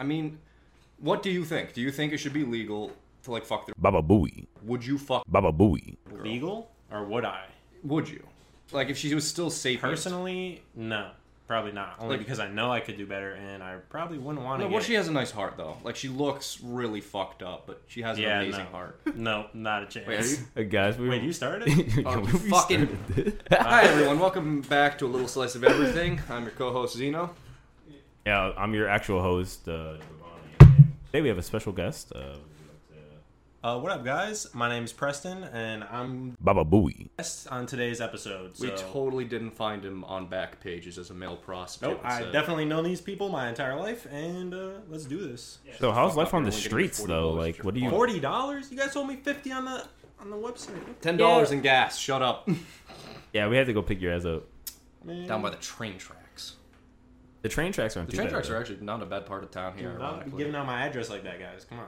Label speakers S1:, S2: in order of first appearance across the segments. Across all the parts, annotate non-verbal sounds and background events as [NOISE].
S1: I mean, what do you think? Do you think it should be legal to like fuck their?
S2: Baba Booey.
S1: Would you fuck?
S2: Baba Booey.
S3: Legal or would I?
S1: Would you? Like if she was still safe.
S3: Personally, no. Probably not. Only
S1: Like-
S3: because I know I could do better and I probably wouldn't want to.
S1: No, well, she has a nice heart though. Like she looks really fucked up, but she has an
S3: yeah,
S1: amazing
S3: no.
S1: [LAUGHS] heart.
S3: No, not a chance.
S1: Wait, are you?
S2: Uh, guys, we
S3: [LAUGHS] Wait, you
S1: [LAUGHS]
S3: started? it?
S2: [LAUGHS] Yeah,
S1: Oh,
S2: we
S1: you fucking- [LAUGHS]
S2: started it.
S1: Hi everyone, welcome back to a little slice of everything. I'm your co-host Zeno.
S2: yeah, I'm your actual host. Uh, Devon. Today we have a special guest. Uh,
S3: uh, what up, guys? My name is Preston, and I'm
S2: Baba Booey.
S3: guest on today's episode. So.
S1: We totally didn't find him on back pages as a male prostitute. uh,
S3: Nope, I
S1: so-
S3: definitely know these people my entire life, and uh, let's do this.
S2: So how's life
S1: up,
S2: on the
S1: you're only gonna get
S2: streets though?
S1: $40
S2: Like,
S1: if
S2: what do
S1: you're
S2: you?
S3: Forty dollars? You guys told me fifty on the on the website.
S1: Ten dollars in gas. Shut up.
S2: Yeah, we had to go pick your ass up.
S3: Man.
S1: Down by the train tracks.
S2: The train tracks aren't
S1: The
S2: too
S1: train
S2: bad,
S1: tracks
S2: though.
S1: are actually not a bad part of town here.
S3: Not
S1: Ironically.
S3: giving out my address like that, guys. Come on.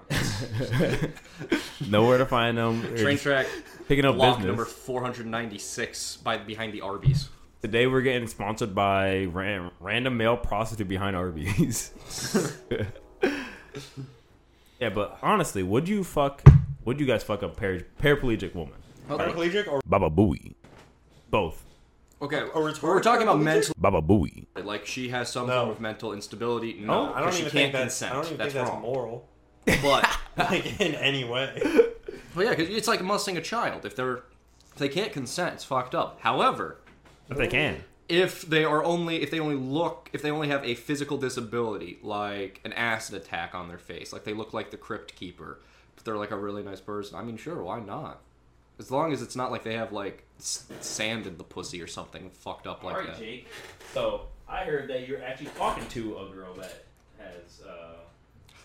S2: Nowhere to find them. We're
S1: Train
S2: just
S1: track
S2: picking up
S1: block
S2: business.
S1: number 496 by behind the Arby's.
S2: Today we're getting sponsored by ran- random male prostitute behind Arby's. [LAUGHS] yeah, but honestly, would you fuck? Would you guys fuck a par- paraplegic woman?
S3: Paraplegic or
S2: Baba Booey. Both.
S1: Okay,
S3: Or
S1: we're
S3: it's
S1: talking about
S3: hard-
S1: mental.
S2: Baba Booey.
S1: Like she has some
S3: No.
S1: form of mental instability. No,
S3: I don't
S1: 'cause she can't
S3: even think that's.
S1: consent.
S3: I don't even
S1: that's
S3: think
S1: wrong. [LAUGHS]
S3: that's moral, [LAUGHS]
S1: But
S3: like in any way.
S1: Well, yeah, because it's like molesting a child. If they're if they can't consent, it's fucked up. However,
S2: If they can.
S1: if they are only if they only look if they only have a physical disability like an acid attack on their face, like they look like the crypt keeper, but they're like a really nice person. I mean, sure, why not? As long as it's not like they have like s- sand in the pussy or something fucked up like that.
S2: Jake. So I heard that you're actually talking to a girl that has. Uh...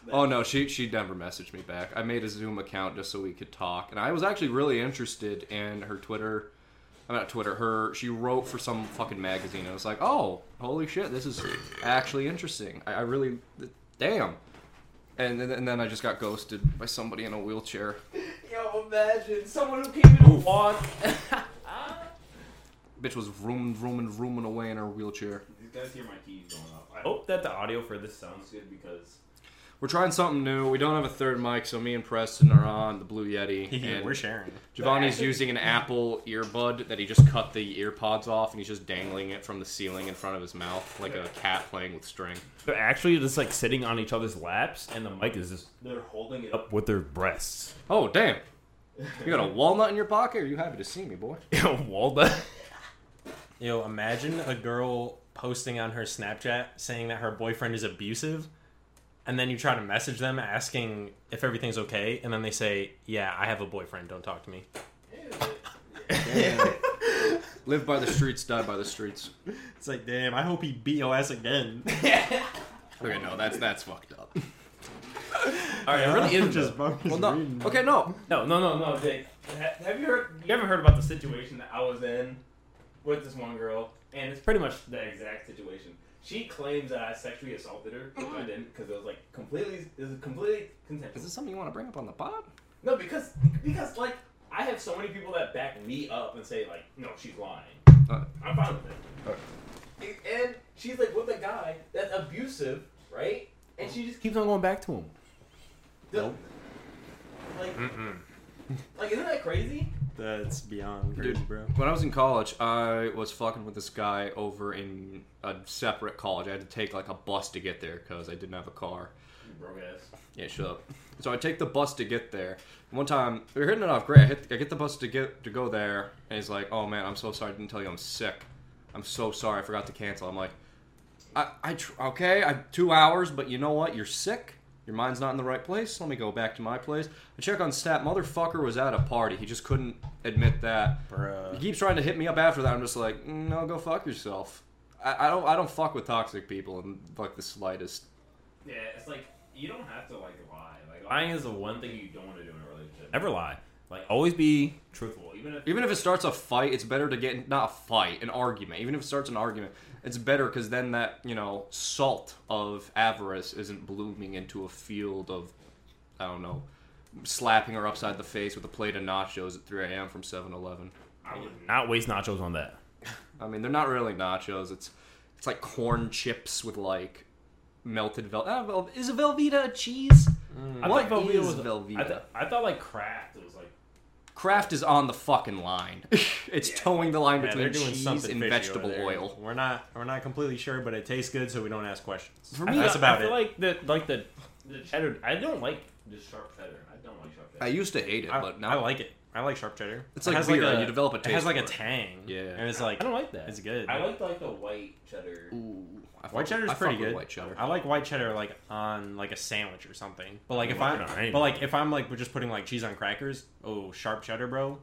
S1: Oh no, she she never messaged me back. I made a Zoom account just so we could talk, and I was actually really interested in her Twitter. I'm not Twitter. Her she wrote for some fucking magazine. I was like, oh, holy shit, this is actually interesting. I, I really, th- damn. And then, and then I just got ghosted by somebody in a wheelchair.
S4: Yo, imagine someone who can't even walk.
S1: Bitch was rooming, rooming, rooming away in her wheelchair.
S2: You guys hear my keys going off. I hope that the audio for this sounds good because.
S1: We're trying something new. We don't have a third mic, so me and Preston are on the Blue
S3: [LAUGHS]
S1: Yeti. and-
S3: We're sharing.
S1: Giovanni's using an Apple earbud that he just cut the ear pods off and he's just dangling it from the ceiling in front of his mouth like a cat playing with string.
S2: They're actually just like sitting on each other's laps, and the mic is just. They're holding it up with their breasts.
S1: Oh, damn. You got a walnut in your pocket? Are you happy to see me,
S2: [LAUGHS]
S1: boy?
S2: [LAUGHS] Walda. [LAUGHS]
S3: Yo, imagine a girl posting on her Snapchat saying that her boyfriend is abusive, and then you try to message them asking if everything's okay, and then they say, "Yeah, I have a boyfriend. Don't talk to me."
S1: Live by the streets, die by the streets.
S3: It's like, damn, I hope he beat your ass again.
S1: Okay, no, that's that's fucked up.
S2: All
S3: [LAUGHS]
S2: right, really.
S3: I'm just, I'm just
S1: Well, no.
S3: reading.
S1: Okay, no.
S2: No, no, no, no, Jake.
S4: Ha- Have you heard? You ever heard about the situation that I was in with this one girl? And it's pretty much the exact situation. She claims that I sexually assaulted her, which I didn't, because it was like completely, it was completely
S1: Is
S4: consensual.
S1: this something you want to bring up on the pod?
S4: No, because because like I have so many people that back me up and say like, no, she's lying.
S1: Uh.
S4: I'm fine with it. And and she's like with a guy that's abusive, right? And she just
S2: Keeps on going back to him.
S1: Nope.
S4: like, like isn't that crazy?
S3: That's beyond crazy,
S1: Dude,
S3: bro.
S1: when I was in college, I was fucking with this guy over in a separate college. I had to take like a bus to get there because I didn't have a car.
S4: You broke ass.
S1: Yeah, shut up. So I take the bus to get there. One time we were hitting it off great. I, hit, I get the bus to get to go there, and he's like, "Oh man, I'm so sorry. I didn't tell you I'm sick. I'm so sorry. I forgot to cancel." I'm like, "I, I tr- okay. I two hours, but you know what? You're sick. Your mind's not in the right place. Let me go back to my place. I check on stat. Motherfucker was at a party. He just couldn't admit that. He
S3: Bruh.
S1: keeps trying to hit me up after that. I'm just like, "Mm, no, go fuck yourself. I, I don't. I don't fuck with toxic people in like the slightest.
S4: Yeah, it's like you don't have to like lie. Like
S2: Lying is the one thing you
S4: don't want to do in a relationship.
S2: never lie. Like always be truthful.
S4: Even if
S1: Even if it starts a fight, it's better to get not a fight, an argument. Even if it starts an argument, it's better because then that you know salt of avarice isn't blooming into a field of, I don't know, slapping her upside the face with a plate of nachos at 3 a.m. from 7-Eleven.
S4: I would
S2: Not waste nachos on that.
S1: I mean, they're not really nachos. It's it's like corn chips with like melted Vel. ah, Vel- is a Velveeta a cheese?
S3: Mm.
S5: I
S1: What
S5: thought Velveeta
S1: is
S5: was I,
S1: Velveeta?
S5: th- I thought like Kraft was like
S1: Kraft is on the fucking line. [LAUGHS] it's towing the line
S3: Yeah, they're
S1: between
S3: doing
S1: cheese
S3: something
S1: and
S3: fishy
S1: vegetable
S3: over there.
S1: oil.
S3: We're not we're not completely sure, but it tastes good, so we don't ask questions.
S1: For
S5: I
S1: me,
S5: feel-
S3: that's about
S5: I feel
S3: it.
S5: like the like the, the cheddar. I don't like the sharp cheddar. I don't like sharp
S1: I
S5: cheddar.
S1: used to hate it,
S3: I,
S1: but now
S3: I like it. I like sharp cheddar.
S1: It's
S3: It
S1: like
S3: has
S1: beer,
S3: a,
S1: you develop a
S3: It
S1: taste
S3: has like
S1: for
S3: a
S1: it.
S3: tang.
S1: Yeah.
S3: and it's like
S5: I don't like that.
S3: it's good.
S2: I like like the white cheddar.
S1: Ooh, I
S3: White
S1: fuck with-
S3: cheddar
S1: I
S3: is
S1: fuck
S3: pretty
S1: with
S3: good.
S1: White cheddar.
S3: I like white cheddar like on like a sandwich or something. But like if
S5: Why
S3: I'm
S5: not? I ain't-
S3: but like if I'm like we're just putting like cheese on crackers, oh sharp cheddar, bro.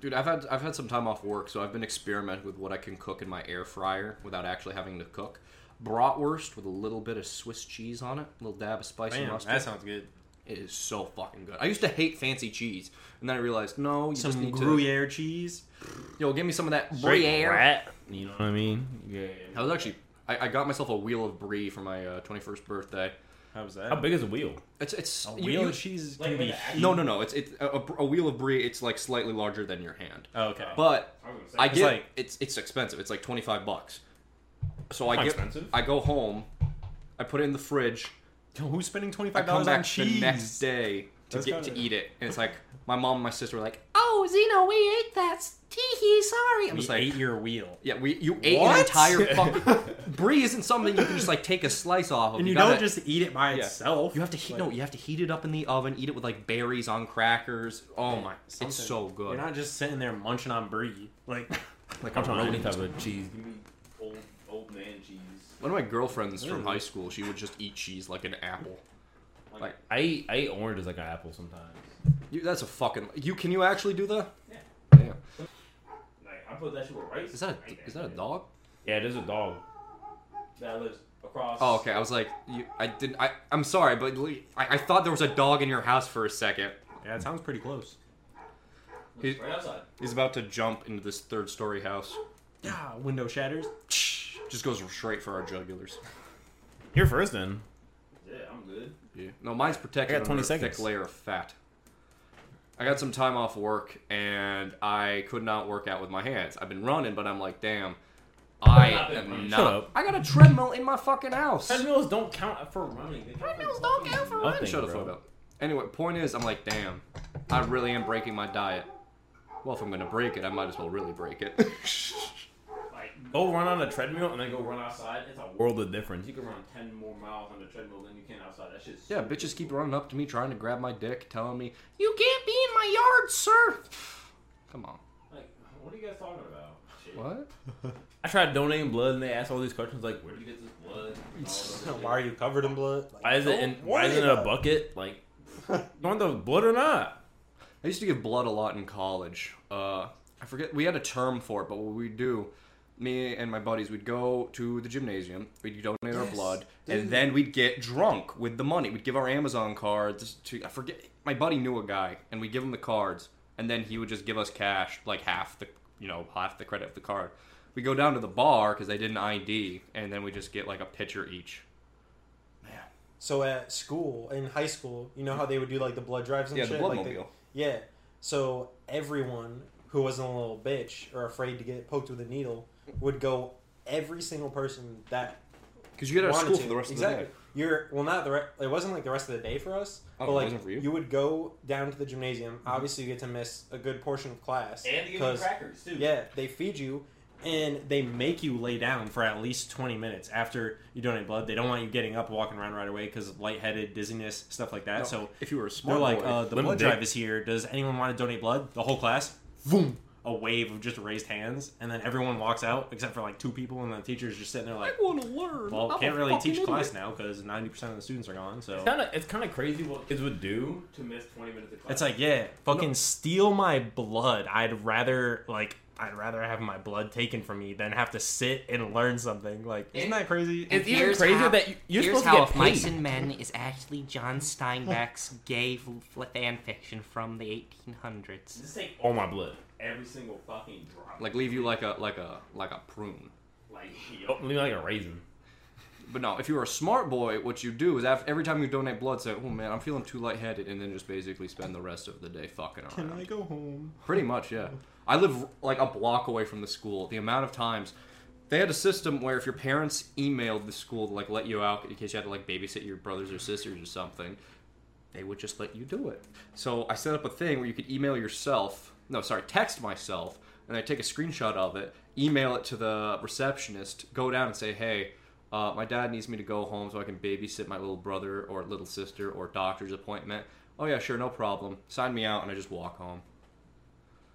S1: Dude, I've had I've had some time off work, so I've been experimenting with what I can cook in my air fryer without actually having to cook. Bratwurst with a little bit of Swiss cheese on it, a little dab of spice and
S3: Man,
S1: mustard.
S3: that sounds good.
S1: It is so fucking good. I used to hate fancy cheese, and then I realized no, you just
S3: Some
S1: need
S3: Gruyere cheese.
S1: to. Yo, give me some of that
S5: Straight
S1: Gruyere.
S5: rat, You know what I mean? Yeah.
S1: I was actually I, I got myself a wheel of brie for my uh, 21st birthday.
S3: How was
S5: How
S3: that?
S5: big is a wheel?
S1: It's it's
S3: A
S1: you-
S3: wheel
S1: you-
S3: of cheese
S2: Like,
S3: can
S2: with
S3: be
S2: the
S3: huge.
S1: no no no. It's it's a, a, a wheel of brie. It's like slightly larger than your hand,
S3: Oh, okay.
S1: but
S2: I was gonna say,
S1: I
S3: It's
S1: get
S3: like-
S1: it's it's expensive. It's like twenty five bucks. So I
S5: Not
S1: get
S5: expensive.
S1: I go home, I put it in the fridge.
S3: Who's spending twenty
S1: I
S3: five
S1: come
S3: dollars
S1: back
S3: on cheese?
S1: the next day to
S3: That's
S1: get to
S3: kinda-
S1: eat it, and it's like my mom and my sister were like, "Oh, Zeno, we ate that. Tee hee, sorry." I'm
S3: We
S1: just like,
S3: ate your wheel.
S1: "Yeah, we you ate an
S3: What? [LAUGHS]
S1: entire fucking brie isn't something you can just like take a slice off of.
S3: And you,
S1: gotta-
S3: don't just eat it by
S1: Yeah.
S3: itself.
S1: you have to heat no, you have to heat it up in the oven, eat it with like berries on crackers. Oh my,
S3: Something.
S1: it's so good.
S3: You're not just sitting there munching on brie. Like
S1: like
S5: I'm trying
S1: roast.
S5: to any type of cheese.
S2: Give me old old man cheese.
S1: One of my girlfriends from
S3: Ooh.
S1: high school, she would just eat cheese like an apple. Like-
S5: I eat, I eat oranges like an apple sometimes.
S1: You, that's a fucking. You can you actually do that?
S2: Yeah.
S1: Damn.
S2: Like I put that shit with rice.
S1: Is that
S2: right there.
S1: a is that a dog?
S5: Yeah, there's a dog.
S2: That lives across.
S1: Oh, okay. I was like, you, I didn't. I I'm sorry, but le- I, I thought there was a dog in your house for a second.
S3: Yeah, it sounds pretty close.
S2: Lives Right outside.
S1: He's about to jump into this third story house.
S5: Ah,
S3: Yeah, window shatters.
S1: Just goes straight for our jugulars.
S5: Here first, then.
S2: Yeah, I'm good.
S1: Yeah. No, mine's protected
S5: I got 20
S1: under a thick
S5: seconds.
S1: layer of fat. I got some time off work and I could not work out with my hands. I've been running, but I'm like, damn, I
S2: Shut
S1: am
S2: up.
S1: not.
S5: up.
S1: I got a treadmill in my fucking house.
S5: Treadmills don't count for running. They count
S2: Treadmills
S5: for
S2: don't
S5: fucking
S2: count for
S5: nothing,
S1: Shut the
S5: bro.
S1: fuck up. Anyway, point is, I'm like, damn, I really am breaking my diet. Well, if I'm gonna break it, I might as well really break it.
S2: Like
S5: Go run on a treadmill and then go run
S2: run
S5: out.
S2: outside, it's a
S5: World of difference.
S2: You can run ten more miles on the treadmill than you can outside. That shit's
S1: yeah, bitches keep running up to me, trying to grab my dick, telling me, "You can't be in my yard, sir." [SIGHS] Come on.
S2: Like, what are you guys talking about? Shit.
S1: What?
S5: I tried donating blood and they asked all these questions like, where
S2: Where
S5: do
S2: do
S5: you,
S2: you get this blood? and all that
S3: [LAUGHS] Why are you covered in blood?
S5: why is it in,
S3: Don't
S5: why is it in
S3: worry
S5: a
S3: about
S5: bucket?
S3: [LAUGHS]
S5: Like, you want the blood or not?
S1: I used to give blood a lot in college. Uh, I forget we had a term for it, but what we do, me and my buddies, we'd go to the gymnasium, we'd donate our blood, and then we'd get drunk with the money. We'd give our Amazon cards to I forget. My buddy knew a guy, and we'd give him the cards, and then he would just give us cash, like half the you know half the credit of the card. We go down to the bar because they did an ID, and then we just get like a pitcher each.
S6: So at school, in high school, you know how they would do like the blood drives and
S1: Yeah, the
S6: shit. like
S1: bloodmobile.
S6: yeah. So everyone who wasn't a little bitch or afraid to get poked with a needle would go. Every single person that
S1: Because you get out of
S6: wanted
S1: school
S6: to.
S1: for the rest
S6: exactly.
S1: of the day.
S6: You're well, not the. Re- it wasn't like the rest of the day for us,
S1: Oh,
S6: but
S1: it
S6: like
S1: wasn't for you?
S6: would go down to the gymnasium. Obviously, you get to miss a good portion of class
S2: shit. And to give you crackers too.
S6: yeah, they feed you.
S3: And they make you lay down for at least 20 minutes after you donate blood. They don't want you getting up, walking around right away because lightheaded, dizziness, stuff like that.
S1: No,
S3: So
S1: if you were a
S3: they're
S1: smart
S3: like,
S1: boy,
S3: uh, the
S5: Limp
S3: blood
S5: dick.
S3: drive is here. Does anyone want to donate blood? The whole class, boom, a wave of just raised hands. And then everyone walks out except for like two people. And the teacher's just sitting there like,
S1: want to learn.
S3: well, can't really teach class now because 90% of the students are gone. So
S5: It's kind of it's kind of crazy what kids would do.
S2: To miss twenty minutes of class.
S3: It's like, yeah, fucking steal my blood. I'd rather like I'd rather have my blood taken from me than have to sit and learn something. Like, isn't that crazy?
S5: It's even
S7: Here's
S5: crazier
S7: how-
S5: that you, you're
S7: Here's
S5: supposed
S7: how
S5: to
S7: If
S5: get
S7: Mice
S5: paid.
S7: and Men is actually John Steinbeck's gay fl- fan fiction from the 1800s.
S2: just take
S5: All my blood.
S2: every single fucking drop.
S1: like leave you like a like a like a prune.
S2: like
S5: Oh,
S2: yo.
S5: leave me like a raisin.
S1: But no, if you were a smart boy, what you do is after, every time you donate blood, say, "Oh man, I'm feeling too lightheaded," and then just basically spend the rest of the day fucking around.
S6: go home?
S1: Pretty much, yeah. I live like a block away from the school. The amount of times they had a system where if your parents emailed the school to like let you out in case you had to like babysit your brothers or sisters or something, they would just let you do it. So I set up a thing where you could email yourself. No, sorry, text myself, and I take a screenshot of it, email it to the receptionist, go down and say, "Hey, uh, my dad needs me to go home so I can babysit my little brother or little sister or doctor's appointment." Oh yeah, sure, no problem. Sign me out, and I just walk home.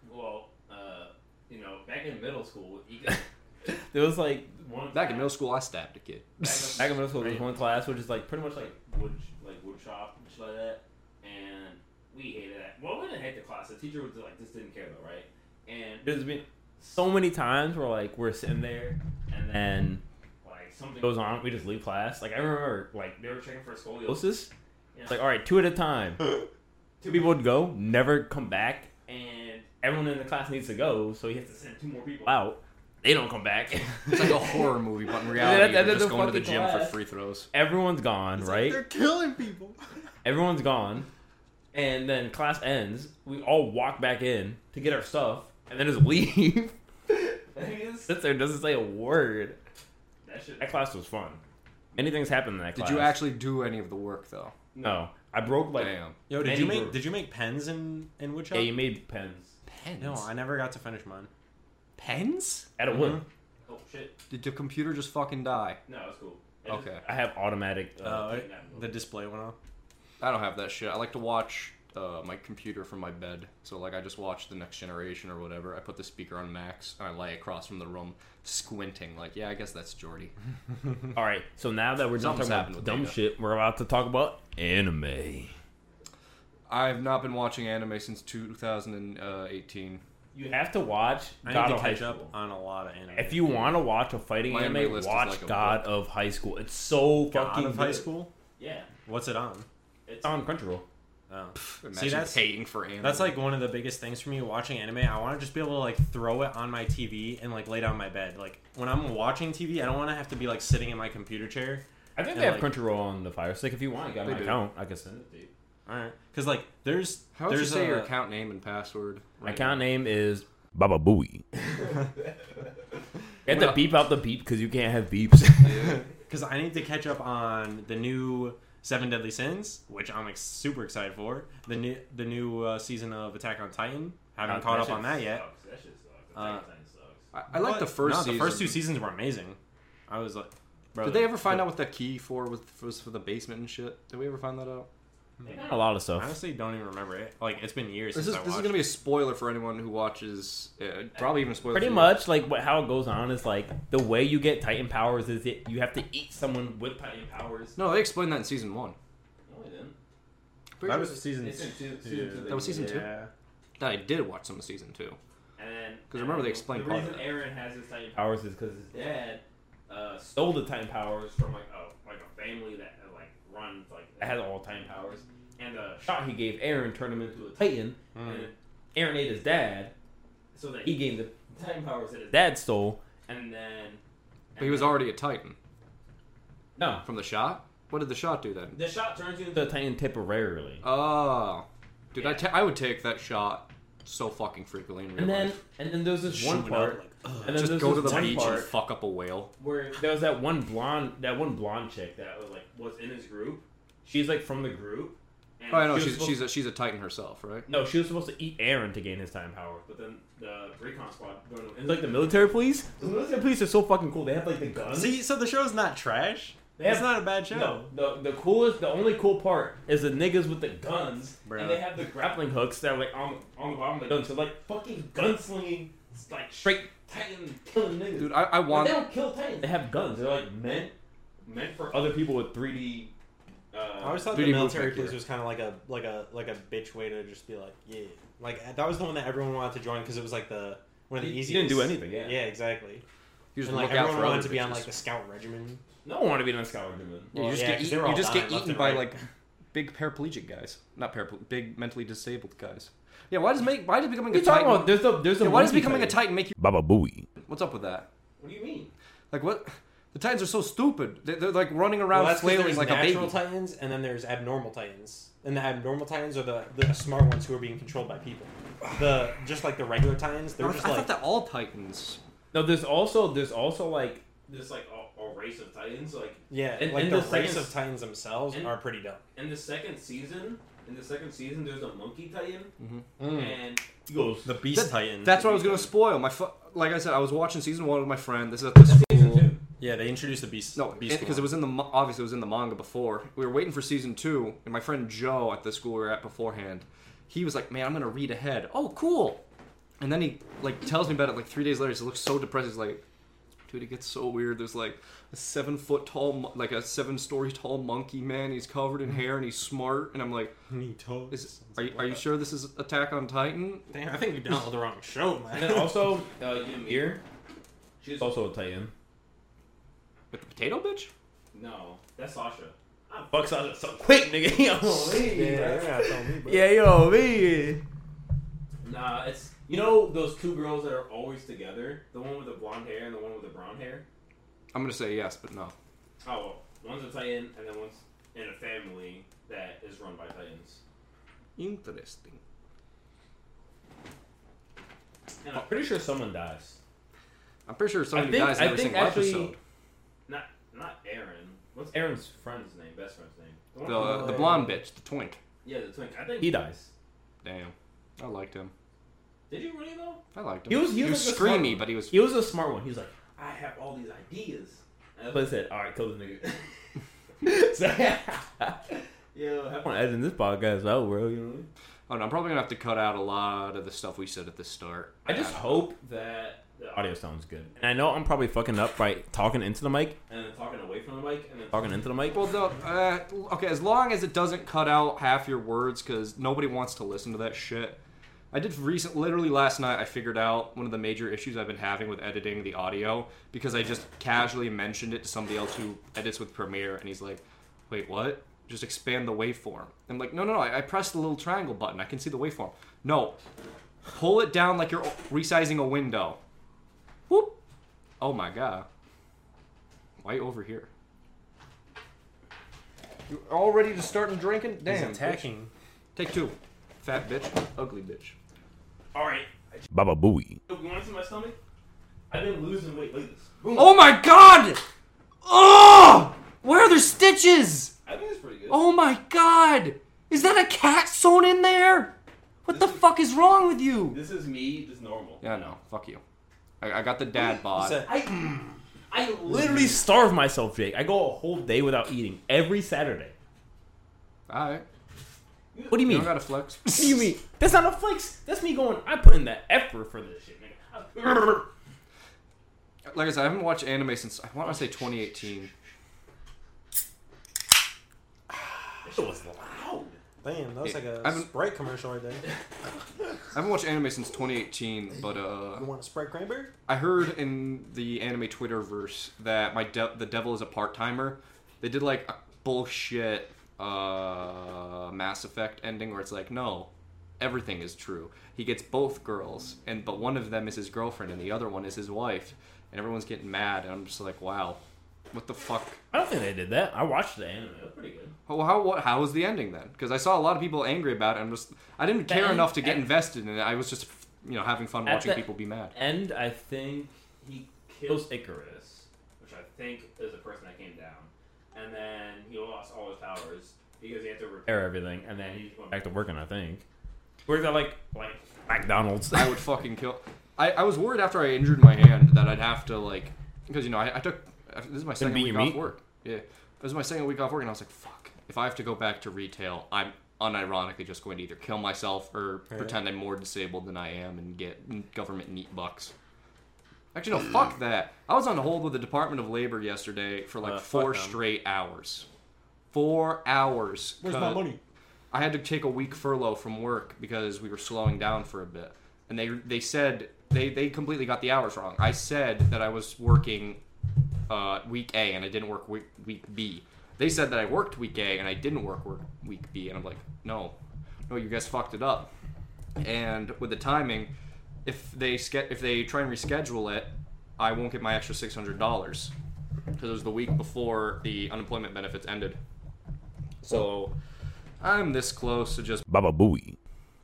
S8: Well, uh, you know, back in middle school, you
S2: [LAUGHS]
S8: could, there was like one
S1: Back in middle school, I stabbed a kid.
S8: back
S3: [LAUGHS]
S8: in-
S2: Back in middle school, there was
S8: Right.
S2: one class which is like pretty much
S8: much
S2: like
S8: like wood, like wood shop and shit like that. And we hated that. Well, we didn't hate the class. The teacher was like, just didn't care though, right? And
S2: there's been so many times where like we're sitting there
S8: and then
S2: and
S8: like something
S2: goes on, we just leave class. Like I remember like
S8: They were checking for scoliosis.
S2: doses.
S8: Yeah.
S2: It's like all right, two at a time.
S8: two
S2: People would go, never come back.
S8: and
S2: Everyone in the class needs to go, so he has
S8: to
S2: to
S8: send two more people
S2: go out. They don't come back.
S1: It's
S2: [LAUGHS]
S1: like a horror movie, but in
S2: Yeah,
S1: reality,
S2: that-
S1: you're
S2: that's
S1: just
S2: a
S1: going to the
S2: fucking
S1: gym for
S2: class.
S1: free throws.
S2: Everyone's gone, right?
S3: They're killing people. [LAUGHS]
S2: Everyone's gone, and then class ends. We all walk back in to get our stuff, and then just [LAUGHS] leave.
S8: [LAUGHS] that
S2: Sits there, and doesn't say a word.
S8: shit.
S2: That class was fun. Many things happened in that
S1: Did
S2: class.
S1: you actually do any of the work though?
S2: No, I broke like.
S1: Damn.
S3: Yo, did
S2: Many
S3: you
S2: were-
S3: make did you make pens in in woodshop?
S2: Yeah, you made pens
S1: Pens.
S3: no, I never got to finish mine.
S9: Pens?
S2: out of wood.
S3: Mhm.
S8: Oh shit!
S1: Did your computer just fucking die?
S8: No, it's cool. It just-
S1: Okay.
S2: I have automatic. Uh,
S3: Oh, it-
S2: [LAUGHS]
S8: yeah.
S3: the display went off.
S1: I don't have that shit. I like to watch uh, my computer from my bed. So like I just watch the next generation or whatever. I put the speaker on max and I lie across from the room squinting like, yeah, I guess that's Jordy.
S2: all right, so now that we're done
S1: Something's
S2: talking about
S1: happened with
S2: dumb
S1: data.
S2: shit, we're about to talk about anime.
S1: I've not been watching anime since 2018.
S2: You have to watch
S3: I
S2: God
S3: need
S2: of
S3: to
S2: High
S3: catch
S2: School.
S3: up on a lot of anime.
S2: If you want to watch a fighting
S1: My
S2: anime,
S1: anime list is
S2: watch
S1: like a
S2: God of High School. It's so
S3: got
S2: fucking
S3: out of high
S2: good.
S3: school,
S8: yeah,
S3: what's it on?
S8: it's
S2: It's on Crunchyroll.
S3: Oh.
S1: Imagine
S3: that's-
S1: paying for anime.
S3: That's like one of the biggest things for me watching anime. I want to just be able to like throw it on my TV and like lay down in my bed. Like when I'm watching TV, I don't want to have to be like sitting in my computer chair.
S2: I think
S3: And
S2: they have
S3: like-
S2: Crunchyroll on the Fire Stick. If you want, you got
S1: They
S2: my
S1: do.
S2: account. I can send it to you.
S3: All right, because like there's
S1: How would you
S3: there's
S1: say
S3: a,
S1: your account name and password?
S2: My
S1: right
S2: account name is Baba Booey. you have to
S1: Well-
S2: beep out the beep because you can't have beeps. [LAUGHS]
S3: because I need to catch up on the new Seven Deadly Sins, which I'm ex- super excited for. The new the new uh, season of Attack on Titan. Haven't
S2: Oh,
S3: caught
S2: that
S3: up on that
S8: shit
S3: yet.
S8: Sucks. That shit sucks. Attack
S3: Uh,
S8: on Titan sucks.
S1: I, I like
S3: But-
S1: the first
S3: no,
S1: season.
S3: the first two seasons were amazing. I was like, bro,
S1: Did they ever find out what the key for was, was for the basement and shit? Did we ever find that out?
S2: a lot of stuff.
S3: Hmm. Honestly, don't even remember it. Like it's been years
S1: This is,
S3: since I
S1: this
S3: watched.
S1: is gonna be a spoiler for anyone who watches. Uh, probably even spoiler.
S2: Pretty
S1: for you.
S2: much, like what, how it goes on is like the way you get Titan powers is that you have to eat someone with Titan powers.
S1: No, they explained that in season one.
S8: No, it didn't.
S3: that was season.
S8: It's in season-
S3: two.
S8: season two.
S1: That was season two?
S3: Yeah.
S1: That I did watch some of season two.
S8: And then
S1: 'Cause remember they
S8: the-
S1: explained
S8: the
S1: part of
S8: reason
S1: that.
S8: Aaron has his Titan
S2: Powers is because his
S8: dad
S2: dad
S8: uh, stole
S2: stole the Titan
S8: powers
S2: powers
S8: from like a like a family that uh, like runs like
S2: that has all Titan powers.
S8: and the
S2: Shot he gave Aaron turned him into a Titan.
S1: Hmm.
S8: and
S3: Mm.
S2: Aaron ate his dad.
S8: so that
S2: He
S8: he
S2: gave the
S8: time powers that his
S2: dad stole.
S8: and then
S1: But he was already a Titan
S2: No,
S1: from the shot. What did the shot do then?
S8: the shot turns you into
S2: the Titan temporarily.
S1: Oh, dude, I
S8: Yeah.
S1: ta- I would take that shot so fucking frequently in real
S2: And then
S1: life.
S2: and then there's this one
S3: Shooting up,
S2: part.
S3: like,
S2: And then
S1: Just
S2: there's
S1: go
S2: this
S1: to the
S2: one
S1: beach
S2: part
S1: and fuck up a whale.
S8: where
S2: There was that one blonde, that one blonde chick that
S8: that was like was in his group
S2: she's like from the group.
S8: and
S1: Oh, I know
S2: she was
S1: she's
S2: supposed-
S1: she's a, she's a Titan herself, right?
S2: No, she was supposed to eat Aaron to gain his time power.
S8: but then the recon squad going to,
S2: It's like the military police. The military police are so fucking cool. They have like the guns.
S3: See, so the show's not trash.
S2: They
S3: it's
S2: have-
S3: not a bad show.
S2: No, the, the coolest, the only cool part is the niggas with the guns,
S3: Bruh.
S2: and they have the grappling hooks that are like on, on the bottom of the guns. So like fucking gunslinging, it's like straight Titan killing niggas.
S1: Dude, I, I
S2: But
S1: want
S2: they don't kill Titans. They have guns. They're like meant
S8: meant for
S2: other people with 3D.
S3: I
S8: uh,
S3: always thought
S1: Duty
S3: the military
S1: movement
S3: police
S1: here.
S3: was kind of like a like a like a bitch way to just be like, yeah, like that was the one that everyone wanted to join because it was like the one of the
S2: You- you didn't
S3: easiest.
S2: do anything, yeah.
S3: Yeah, exactly.
S1: you just
S3: and like
S1: look out
S3: everyone
S1: for
S3: wanted
S1: other
S3: to be on
S1: bitches.
S3: like the scout regiment.
S2: No one want to be in a scholar demon.
S1: Yeah, you
S3: Well,
S1: just
S3: yeah,
S1: get
S3: 'cause they
S1: eaten,
S3: were
S1: you
S3: all
S1: just get
S3: dying left
S1: eaten
S3: and
S1: by
S3: right.
S1: like big paraplegic guys, not paraplegic, big mentally disabled guys. Yeah, why does make why does becoming a
S2: You're talking
S1: titan?
S2: about there's a there's a
S1: yeah, why does
S2: monkey
S1: becoming a titan make you?
S2: Baba Booey.
S1: What's up with that?
S8: what do you mean
S1: Like what? The titans are so stupid. They, they're like running around
S3: well, that's 'cause
S1: flailing
S3: there's
S1: like a baby.
S3: natural titans, and then there's abnormal titans, and the abnormal titans are the, the smart ones who are being controlled by people. The just like the regular titans,
S1: No,
S3: they're
S1: I,
S3: just
S1: I
S3: like
S1: thought that all titans
S3: No, there's also there's also like
S2: This like a, a race of titans. Like
S10: Yeah,
S3: And-
S10: like
S3: and
S10: the,
S3: the
S10: race
S3: second-
S10: of titans themselves
S2: and-
S10: are pretty dumb.
S2: in the second season, in the second season, there's a monkey titan, and
S3: Mm. goes
S11: The Beast
S1: That-
S11: Titan.
S1: That's what I was gonna spoil. My fu- like I said, I was watching season one with my friend. This is at the
S2: season
S1: school.
S2: two.
S11: yeah, they introduced the Beast.
S1: No,
S11: Beast
S1: because it
S11: one.
S1: was in the ma- obviously it was in the manga before. We were waiting for season two, and my friend Joe at the school we were at beforehand, he was like, "Man, I'm gonna read ahead." Oh, cool. And then he like tells me about it like three days later. He looks so depressed. He's like, "Dude, it gets so weird. There's like a seven foot tall, mon- like a seven story tall monkey man. He's covered in hair and he's smart." And I'm like, is, "Are you are you sure this is Attack on Titan?"
S3: [LAUGHS]
S11: Damn, I think we downloaded the wrong show,
S3: [LAUGHS] And
S11: man.
S3: then also uh, Ymir
S2: she's
S3: is also a [LAUGHS] Titan.
S1: With the potato bitch?
S2: no, that's Sasha. I'm
S3: Fuck Sasha so quick, nigga. You know
S2: fucking
S10: [LAUGHS] Yeah,
S2: leaving,
S10: they're
S2: bruh.
S10: not telling me, bro.
S3: Yeah, yo, me.
S2: Nah, it's you know those two girls that are always together, the one with the blonde hair and the one with the brown hair.
S1: I'm gonna say yes, but no.
S2: Oh, well, one's a titan, and then one's in a family that is run by titans.
S1: Interesting.
S2: And
S3: I'm
S2: I'm
S3: pretty sure someone dies.
S1: I'm pretty sure
S3: I
S1: somebody
S3: think-
S1: dies
S3: I
S1: in every
S3: think
S1: single
S3: actually-
S1: episode.
S2: not not Aaron. What's
S3: Aaron's friend.
S2: friend's name? Best friend's name. The one
S1: The
S2: from-
S1: the blonde bitch, the twink.
S2: yeah, the twink. I think
S3: uh, He dies.
S1: Damn, I liked him.
S2: Did you really though?
S1: I liked him.
S3: He was- he was like a smart-
S1: screamy, but he was.
S3: He was a smart one. He was like,
S2: I have all these ideas. And I
S3: but I
S2: was
S3: said, all right, kill the [LAUGHS] nigga.
S2: like,
S3: so,
S2: [LAUGHS] Yo,
S3: I
S2: have-
S3: want to edit this podcast out, bro. You know. what I mean?
S1: Oh no, I'm probably gonna have to cut out a lot of the stuff we said at the start.
S3: I just hope
S2: that.
S3: the audio sounds good. And I know I'm probably fucking up by talking into the mic,
S2: And then talking away from the mic, and then
S3: talking into the mic.
S1: Well, no. Uh, okay, as long as it doesn't cut out half your words, because nobody wants to listen to that shit. I did recent, literally last night. I figured out one of the major issues I've been having with editing the audio because I just casually mentioned it to somebody else who edits with Premiere, and he's like, "Wait, what? Just expand the waveform." I'm like, "No, no, no! I, I pressed the little triangle button. I can see the waveform." No, pull it down like you're resizing a window. Whoop! Oh my god! Why over here? You're all ready to start drinking? Damn!
S11: He's attacking.
S1: Take two. Fat bitch, ugly bitch.
S2: All right,
S3: Baba Booey.
S2: you want to see my stomach? I've been losing weight. Look at this. Boom.
S1: Oh my god! Oh! Where are the stitches?
S2: I think it's pretty good.
S1: Oh my god! Is that a cat sewn in there? What the fuck is wrong with you?
S2: This is me, just normal.
S1: Yeah, no. Fuck you. I, I got the dad bod.
S10: So,
S2: I, I
S3: Literally starve myself, Jake. I go a whole day without eating every Saturday.
S1: Alright.
S3: What do
S1: You
S3: you mean?
S1: don't gotta flex.
S3: What do you mean? That's not a flex. That's me going. I put in the effort for this shit,
S1: [LAUGHS]
S3: nigga.
S1: Like I said, I haven't watched anime since, I want to say 2018.
S3: That shit was
S2: Ow.
S10: damn, that was like a
S1: I haven't-
S10: Sprite commercial right there.
S1: I haven't watched anime since 2018, but uh.
S10: You want a Sprite cranberry?
S1: I heard in the anime Twitterverse that my de- the devil is a part timer. They did like a bullshit uh, Mass Effect ending where it's like, no, everything is true. He gets both girls, and but one of them is his girlfriend, and the other one is his wife, and everyone's getting mad. And I'm just like, wow, what the fuck?
S3: I don't think they did that. I watched the anime.
S2: That's pretty good.
S1: How how what, how was the ending then? Because I saw a lot of people angry about it. I'm just I didn't care
S3: end-
S1: enough to get
S3: at-
S1: invested in it. I was just you know having fun
S3: At
S1: watching
S3: the-
S1: people be mad.
S3: And I think
S2: He kills Icarus, which I think is the person that came down, and then he lost all his powers because he had to. Re-
S3: air everything, and then
S2: he
S3: he's
S2: just went
S3: back to working. I think. Where's that like like McDonald's?
S1: I would fucking kill. I, I was worried after I injured my hand that I'd have to like because you know I, I took this is my second
S3: beat
S1: week
S3: your
S1: off
S3: meat?
S1: work. Yeah, this is my second week off work, and I was like, fuck. If I have to go back to retail, I'm unironically just going to either kill myself or pretend I'm more disabled than I am and get government neat bucks. Actually,
S11: [CLEARS THROAT]
S1: no, fuck that. I was on hold with the Department of Labor yesterday for like
S11: Uh, fuck
S1: four
S11: them.
S1: straight hours. Four hours.
S10: Where's my
S1: cut.
S10: money?
S1: I had to take a week furlough from work because we were slowing down for a bit. And they they said they they completely got the hours wrong. I said that I was working uh, week A and I didn't work week, week B. They said that I worked week A and I didn't work, work week B. And I'm like, no, no, you guys fucked it up. And with the timing, if they ske- if they try and reschedule it, I won't get my extra six hundred dollars because it was the week before the unemployment benefits ended. So I'm this close to just
S3: Baba Booey.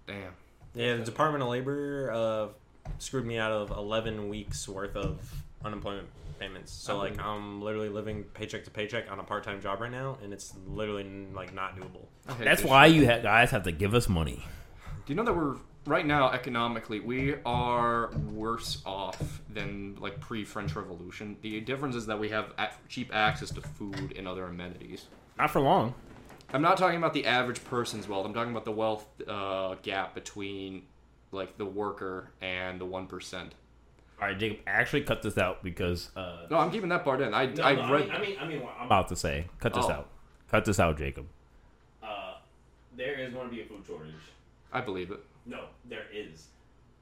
S1: damn.
S11: Yeah, the Department of Labor uh, screwed me out of 11 weeks worth of unemployment payments. So
S3: Oh.
S11: like I'm literally living paycheck to paycheck on a part-time job right now and it's literally like not doable.
S1: I hate
S3: That's
S1: this.
S3: why you ha- guys have to give us money.
S1: Do you know that we're right now economically we are worse off than like pre-French Revolution? The difference is that we have a- cheap access to food and other amenities.
S3: Not for long.
S1: I'm not talking about the average person's wealth. I'm talking about the wealth uh, gap between like the worker and the one percent.
S3: All right, Jacob, actually cut this out because uh,
S1: No, I'm keeping that part in. I
S2: No,
S1: I
S2: no, I
S1: read.
S2: mean, I mean, I mean, well, I'm,
S3: I'm about to say, cut this
S1: Oh.
S3: out. Cut this out, Jacob. Oh.
S2: uh, there is going to be a food shortage.
S1: I believe it.
S2: No, there is.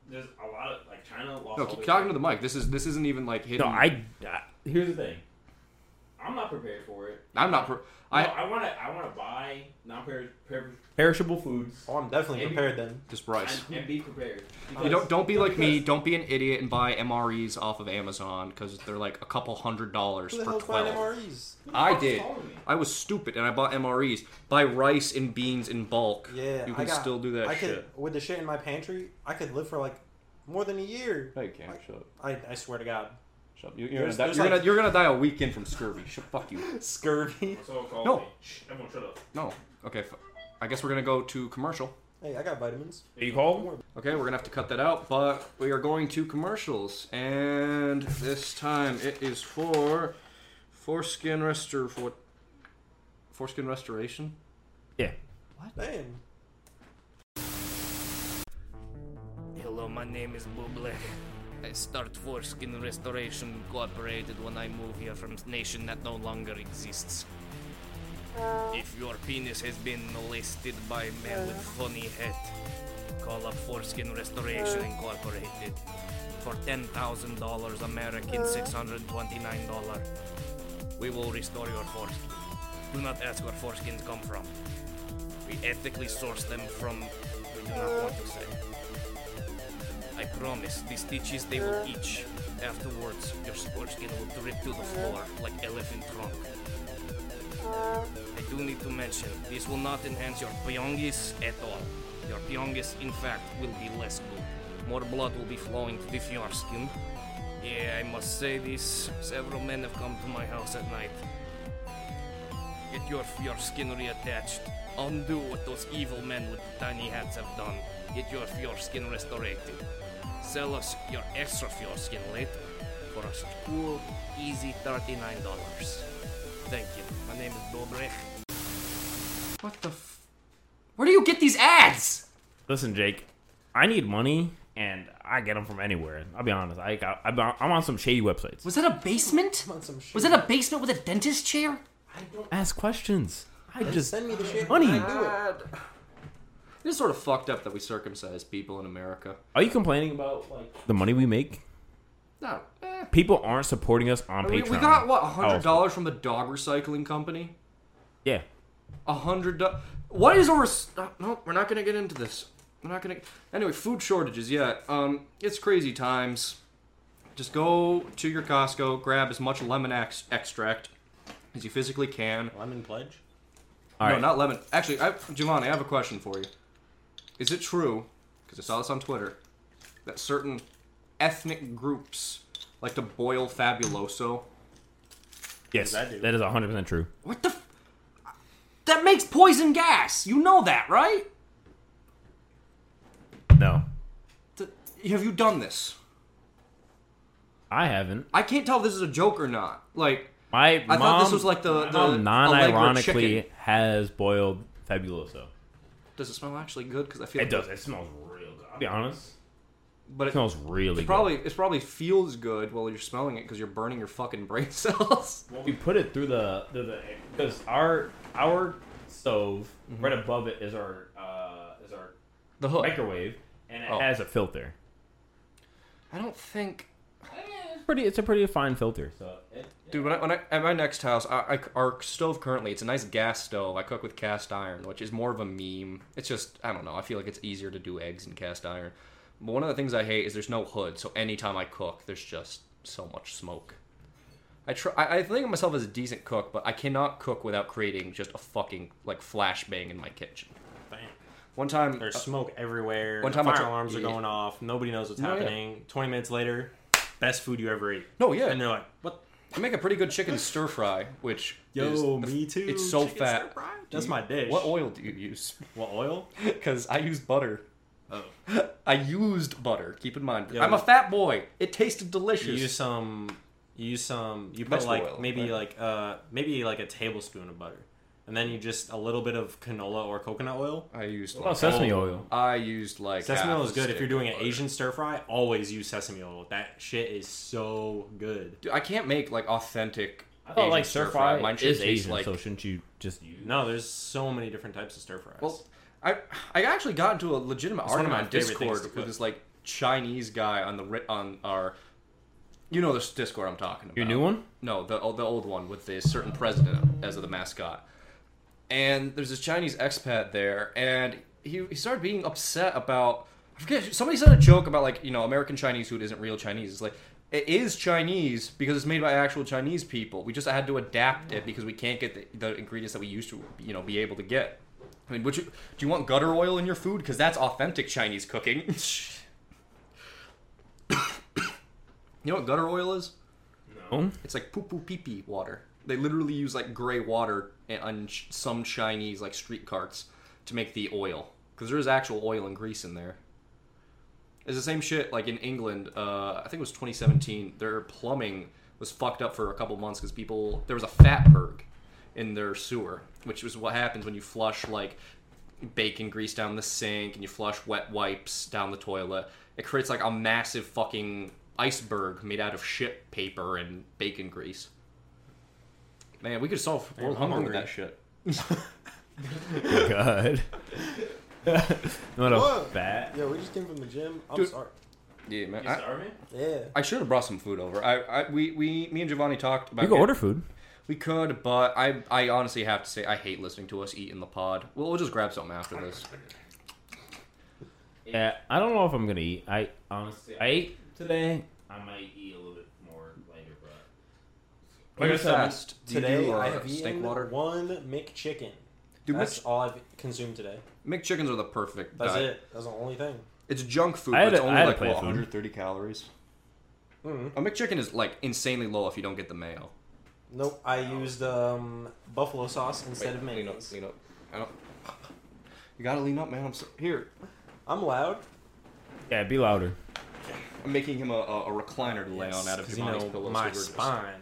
S2: There's a lot of like China lost.
S1: No,
S2: all
S1: keep
S2: their-
S1: talking to the mic. This is this isn't even like hidden.
S3: No, I. I
S2: Here's the thing. I'm not prepared for it.
S1: I'm not. Per-
S2: I
S1: I
S2: I want to I want to buy non
S3: perishable foods.
S10: Oh, I'm definitely
S2: Maybe-
S10: prepared then.
S1: just rice.
S2: and, and be prepared.
S1: You
S2: Because-
S1: don't don't be like me.
S2: because-
S1: Don't be an idiot and buy MREs off of Amazon because they're like a couple hundred dollars
S10: Who the
S1: for
S10: hell's buying
S1: twelve.
S10: MREs?
S2: Who the
S1: I
S2: fuck's
S1: did.
S2: calling me?
S1: I was stupid and I bought MREs. Buy rice and beans in bulk.
S10: Yeah,
S1: you
S10: I
S1: can
S10: got-
S1: still do that
S10: I
S1: shit.
S10: could with the shit in my pantry, I could live for like more than a year.
S1: No, you can't. Shut up.
S10: I, I swear to God, [LAUGHS]
S1: Shut up. You, you're,
S10: There's-
S1: gonna die,
S10: there's
S1: you're,
S10: like-
S1: gonna, you're gonna die a weekend from scurvy. Shut, fuck you.
S10: scurvy.
S2: Someone called
S1: No.
S2: me. Shh, everyone shut up.
S1: No. Okay. F- I guess we're gonna go to commercial.
S10: Hey, I got
S3: [LAUGHS]
S10: vitamins.
S3: Are you cold?
S1: Okay, we're gonna have to cut that out, but we are going to commercials, and this time it is for foreskin restor for what? Foreskin restoration.
S3: Yeah.
S10: Damn.
S12: Hello, my name is Buble. I start Foreskin Restoration Incorporated when I move here from a nation that no longer exists. If your penis has been molested by a man with funny head, call up Foreskin Restoration Incorporated for $10,000 American, $629. We will restore your foreskin. Do not ask where foreskins come from. We ethically source them from. We do not want to say. I promise, these stitches they will itch. Afterwards, your foreskin will drip to the floor like elephant trunk. I do need to mention, this will not enhance your pyongis at all. Your pyongis, in fact, will be less good. More blood will be flowing with your skin. Yeah, I must say this. Several men have come to my house at night. Get your, your skin reattached. Undo what those evil men with tiny hats have done. Get your, your skin restored. Sell us your extra your skin later for a cool, easy $39. Thank you. My name is Dobrecht.
S7: What the f? Where do you get these ads?
S3: Listen, Jake, I need money, and I get them from anywhere. I'll be honest. I got, I'm on- I'm on some shady websites.
S7: Was that a basement?
S10: I'm on some shit.
S7: Was that a basement with a dentist chair?
S3: Ask questions. I just
S10: Send me the shit.
S3: Honey.
S10: I do it.
S1: It is sort of fucked up that we circumcise people in America.
S3: Are you complaining about like the money we make?
S1: No. eh.
S3: People aren't supporting us on
S1: We,
S3: Patreon.
S1: we got what
S3: Awful.
S1: hundred dollars from the dog recycling company.
S3: Yeah.
S1: A hundred. do- What is a res- no, no? We're not gonna get into this. We're not gonna. Anyway, food shortages. Yeah. Um, it's crazy times. Just go to your Costco, grab as much lemon ex- extract as you physically can.
S11: Lemon pledge?
S3: All
S1: no,
S3: right.
S1: not lemon. Actually, I, Giovanni, I have a question for you. Is it true? Because I saw this on Twitter that certain ethnic groups like to boil fabuloso.
S3: yes,
S11: does that do?
S3: that is 100 percent true.
S7: What the? F- that makes poison gas. You know that, right?
S3: No,
S1: Th- Have you done this?
S3: I haven't.
S1: I can't tell if this is a joke or not. Like,
S3: My
S1: I
S3: mom,
S1: thought this was like the, the
S3: mom
S1: Allegro
S3: non-ironically
S1: chicken.
S3: has boiled fabuloso.
S1: Does it smell actually good? Because I feel
S3: It does. It smells real good. I'll be honest.
S1: but
S3: It
S1: it,
S3: smells really good.
S1: probably it probably feels good while you're smelling it because you're burning your fucking brain [LAUGHS] cells.
S3: We put it through the through the because our our stove right above it is our uh, is our
S1: the hook.
S3: microwave and it
S1: Oh.
S3: has a filter.
S1: I don't think,
S3: It's pretty. It's a pretty fine filter. So
S1: dude. When I, when I at my next house, I, I- our stove currently it's a nice gas stove. I cook with cast iron, which is more of a meme. It's just I don't know. I feel like it's easier to do eggs in cast iron. But one of the things I hate is there's no hood, so anytime I cook, there's just so much smoke. I try. I, I think of myself as a decent cook, but I cannot cook without creating just a fucking like flashbang in my kitchen.
S11: Bam.
S1: One time, uh,
S3: There's smoke everywhere.
S1: one
S3: One
S1: time
S3: time
S1: I
S3: fire
S1: tr-
S3: alarms are
S1: yeah.
S3: going off. Nobody knows what's
S1: No, yeah.
S3: happening. Twenty minutes later, best food you ever ate.
S1: no, yeah,
S3: And they're like, "What?
S1: I make a pretty good chicken stir fry, which is,
S3: me too.
S1: it's so fat.
S3: That's my dish.
S1: What oil do you use?
S3: What oil?
S1: [LAUGHS] Because I use butter.
S3: Oh.
S1: [LAUGHS] I used butter. Keep in mind,
S3: Yo.
S1: I'm a fat boy. It tasted delicious.
S3: You use some. You use some. You put
S1: Vegetable
S3: like
S1: oil,
S3: maybe
S1: right?
S3: like uh maybe like a tablespoon of butter, and then you just a little bit of canola or coconut oil.
S1: I used.
S13: What
S1: like,
S13: about Oh, sesame oil?
S1: I used like
S3: Sesame
S1: half
S3: oil
S1: a
S3: is good. If
S1: stick
S3: you're doing
S1: of
S3: an
S1: butter.
S3: Asian stir fry, always use sesame oil. That shit is so good.
S1: Dude, I can't make like authentic.
S13: I thought
S1: Asian
S13: Oh, like stir fry
S1: Mine should
S13: is
S1: taste
S13: Asian,
S1: like.
S13: so shouldn't you just use?
S3: No, there's so many different types of stir fries.
S1: well, I I actually got into a legitimate
S3: It's one of
S1: argument on
S3: my favorite things
S1: Discord
S3: to
S1: with
S3: cook.
S1: this like Chinese guy on the ri- on our. You know this Discord I'm talking about.
S13: Your new [LAUGHS] one?
S1: No, the the old one with the certain president as the mascot. And there's this Chinese expat there, and he, he started being upset about. I forget. Somebody said a joke about like you know American Chinese food isn't real Chinese. It's like it is Chinese because it's made by actual Chinese people. We just had to adapt it because we can't get the, the ingredients that we used to you know be able to get. I mean, would you do you want gutter oil in your food? Because that's authentic Chinese cooking. [LAUGHS] you know what gutter oil is?
S13: No.
S1: It's like poo poo pee pee water. They literally use like gray water and on ch- some Chinese like street carts to make the oil because there is actual oil and grease in there. It's the same shit like in England. Uh, I think it was 2017. Their plumbing was fucked up for a couple months because people there was a fatberg in their sewer, which was what happens when you flush like bacon grease down the sink and you flush wet wipes down the toilet. It creates like a massive fucking iceberg made out of shit paper and bacon grease. Man, we could solve
S3: I'm
S1: world hunger with
S3: hungry.
S1: that shit.
S13: Oh, God. [LAUGHS] what a
S11: What?
S13: fat.
S11: Yo, we just came from the gym. I'm
S1: Dude.
S11: sorry.
S1: Yeah, man.
S2: You
S1: I-
S2: starving?
S11: Yeah.
S1: I should have brought some food over. I, I we, we me and Giovanni talked about
S13: You can
S1: it.
S13: order food.
S1: We could, but I I honestly have to say I hate listening to us eat in the pod. We'll, we'll just grab something after this.
S13: Yeah, I don't know if I'm gonna eat. I honestly, I ate today.
S2: I might eat a little bit more later, but
S1: What is fast? Do you
S11: Today
S1: do, uh,
S11: I have
S1: steak
S11: eaten
S1: water?
S11: one McChicken.
S1: Dude,
S11: That's
S1: Mc,
S11: all I've consumed today.
S1: McChickens are the perfect.
S11: That's
S1: diet.
S11: it. That's the only thing.
S1: It's junk food.
S13: I had
S1: but it's
S13: a- I
S1: only
S13: had a
S1: like
S13: plate
S1: what,
S13: of food.
S1: 130 calories.
S11: Mm.
S1: A McChicken is like insanely low if you don't get the mayo.
S11: Nope. I used um, buffalo sauce instead of
S1: lean up,
S11: mayonnaise.
S1: lean up. I don't. [LAUGHS] You gotta lean up, man. I'm so, here.
S11: I'm loud.
S13: Yeah, be louder.
S1: I'm making him a, a, a recliner to lay
S3: Yes,
S1: on out of
S3: 'cause you
S1: Giovanni's
S3: know,
S1: pillow.
S3: my
S1: so we're just-
S3: spine.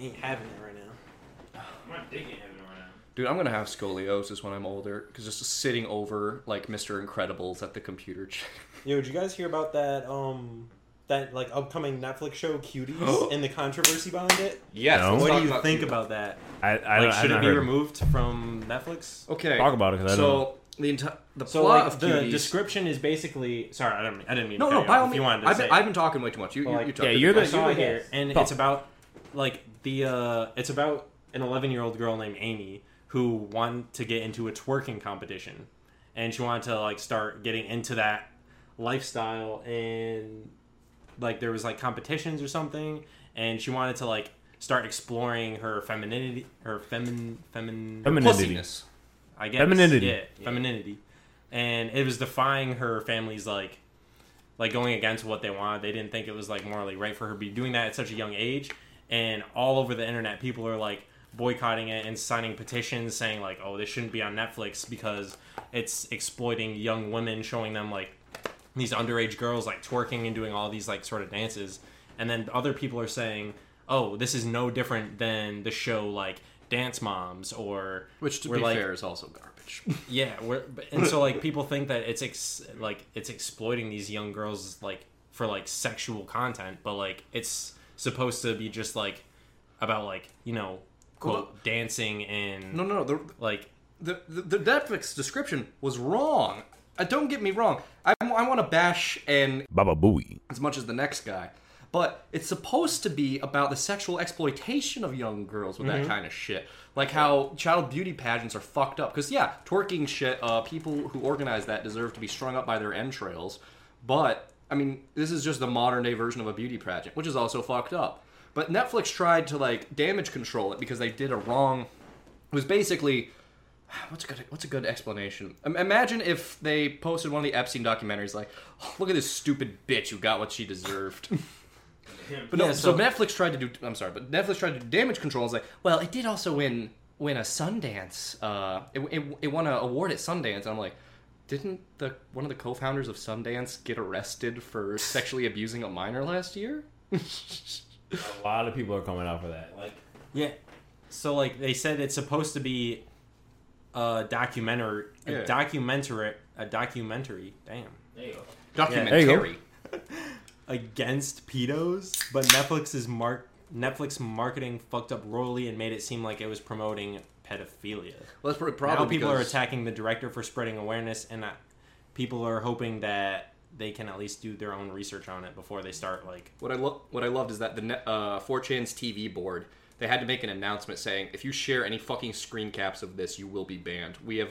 S11: Ain't having it right now.
S2: I'm not digging heaven right now.
S1: Dude, I'm gonna have scoliosis when I'm older because just sitting over like Mr. Incredibles at the computer. ch-
S11: Yo, did you guys hear about that? Um, that like upcoming Netflix show
S3: [GASPS]
S11: Cuties and the controversy behind it.
S1: yes.
S13: No.
S1: let's
S3: What
S1: talk
S3: do you think
S1: you.
S3: about that?
S13: I, I
S3: like,
S13: don't- I've
S3: should it
S13: not
S3: be
S13: heard.
S3: removed from Netflix?
S1: Okay.
S13: Talk about it because I don't. know.
S1: So the entire the
S3: So
S1: plot
S3: like,
S1: of
S3: the
S1: Cuties.
S3: description is basically. Sorry, I don't mean. I didn't mean.
S1: no,
S3: to
S1: no.
S3: cut
S1: By
S3: you
S1: all
S3: off if
S1: means,
S3: you wanted to
S1: I've,
S3: say.
S1: been, I've been talking way too much. You,
S3: But,
S1: you,
S3: like,
S1: you talk
S13: yeah,
S1: to
S13: you're
S3: I
S13: the.
S3: saw
S11: you
S3: it here,
S11: guys.
S3: and
S13: Talk.
S3: it's about like the uh, it's about an 11 year old girl named Amy who wanted to get into a twerking competition, and she wanted to like start getting into that lifestyle, and like there was like competitions or something, and she wanted to like start exploring her femininity, her femin femin
S13: Femininity.
S1: pussiness.
S3: I guess.
S13: Femininity.
S3: Yeah, femininity. And it was defying her family's like like going against what they wanted. They didn't think it was like morally right for her to be doing that at such a young age. And all over the internet people are like boycotting it and signing petitions saying like, "Oh, this shouldn't be on Netflix because it's exploiting young women, showing them like these underage girls like twerking and doing all these like sort of dances and then other people are saying oh this is no different than the show like dance moms or
S1: Which, to
S3: we're,
S1: be
S3: like,
S1: fair, is also garbage.
S3: yeah we're, but- and so like people think that it's ex- like it's exploiting these young girls like for like sexual content but like it's supposed to be just like about like you know quote dancing and
S1: [LAUGHS] No, no, no. The,
S3: like
S1: the, the, the Netflix description was wrong. Uh, don't get me wrong. I, I want to bash and
S13: Baba Booey.
S1: as much as the next guy. But it's supposed to be about the sexual exploitation of young girls with that kind of shit. Like how child beauty pageants are fucked up. Because, yeah, twerking shit, uh, people who organize that deserve to be strung up by their entrails. But, I mean, this is just the modern day version of a beauty pageant, which is also fucked up. But Netflix tried to, like, damage control it because they did a wrong. It was basically What's a good What's a good explanation? Um, imagine if they posted one of the Epstein documentaries, like, "Oh, look at this stupid bitch who got what she
S11: [LAUGHS]
S1: deserved. but no,
S10: Yeah,
S1: so,
S10: so-
S1: Netflix tried to do. I'm sorry, but Netflix tried to do damage control. It's like, well, it did also win win a Sundance. Uh, it, it, it won an award at Sundance. And I'm like, didn't the one of the co-founders of Sundance get arrested for sexually abusing a minor last year?
S3: A lot of people are coming out for that.
S2: Like,
S11: Yeah. So like they said it's supposed to be a documentary a
S1: Yeah.
S11: documentary a documentary, damn.
S2: there you go.
S3: there you go.
S1: Documentary.
S11: Against pedos, but Netflix is mark Netflix marketing fucked up royally and made it seem like it was promoting pedophilia.
S1: well, that's pro- probably
S11: now people are
S1: because-
S11: attacking the director for spreading awareness and uh, people are hoping that they can at least do their own research on it before they start like
S1: What I lo- what I loved is that the ne- uh, 4chan's TV board they had to make an announcement saying if you share any fucking screen caps of this, you will be banned. We have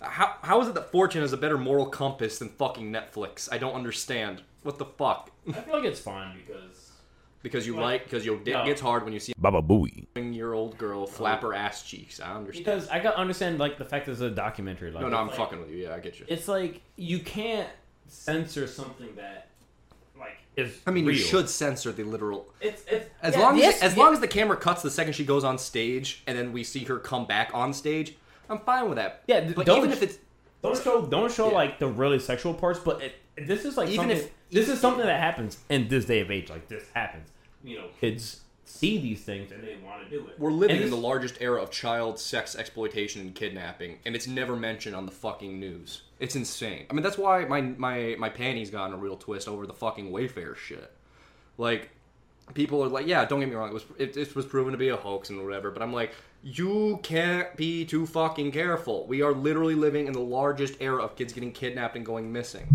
S1: how how is it that 4chan has a better moral compass than fucking Netflix? I don't understand. What the fuck?
S3: I feel like it's fine because
S1: Because you like because your dick
S3: No.
S1: gets hard when you see
S14: Baba Booey.
S1: a your old girl flap her ass cheeks. I understand.
S3: because I got understand like the fact that it's a documentary. Like,
S1: no, no, I'm
S3: it's like-
S1: fucking with you. Yeah, I get you.
S3: It's like you can't censor something that like is.
S1: I mean,
S3: real.
S1: you should censor the literal.
S2: It's it's
S1: As
S2: yeah,
S1: long as
S2: yes,
S1: as
S2: yeah.
S1: long as the camera cuts the second she goes on stage, and then we see her come back on stage, I'm fine with that.
S3: Yeah, th-
S1: but
S3: don't-
S1: even if it's
S3: Don't show don't show
S1: Yeah.
S3: like the really sexual parts, but it, this is like
S1: Even
S3: something-
S1: if-
S3: this is something that happens in this day of age, like this happens. You know, kids see these things and they want to do it.
S1: We're living
S3: And
S1: in the
S3: this-
S1: largest era of child sex exploitation and kidnapping, and it's never mentioned on the fucking news. It's insane. I mean, that's why my my my panties got in a real twist over the fucking Wayfair shit. Like, people are like, yeah, don't get me wrong, it was it, it was proven to be a hoax and whatever, but I'm like, you can't be too fucking careful. We are literally living in the largest era of kids getting kidnapped and going missing.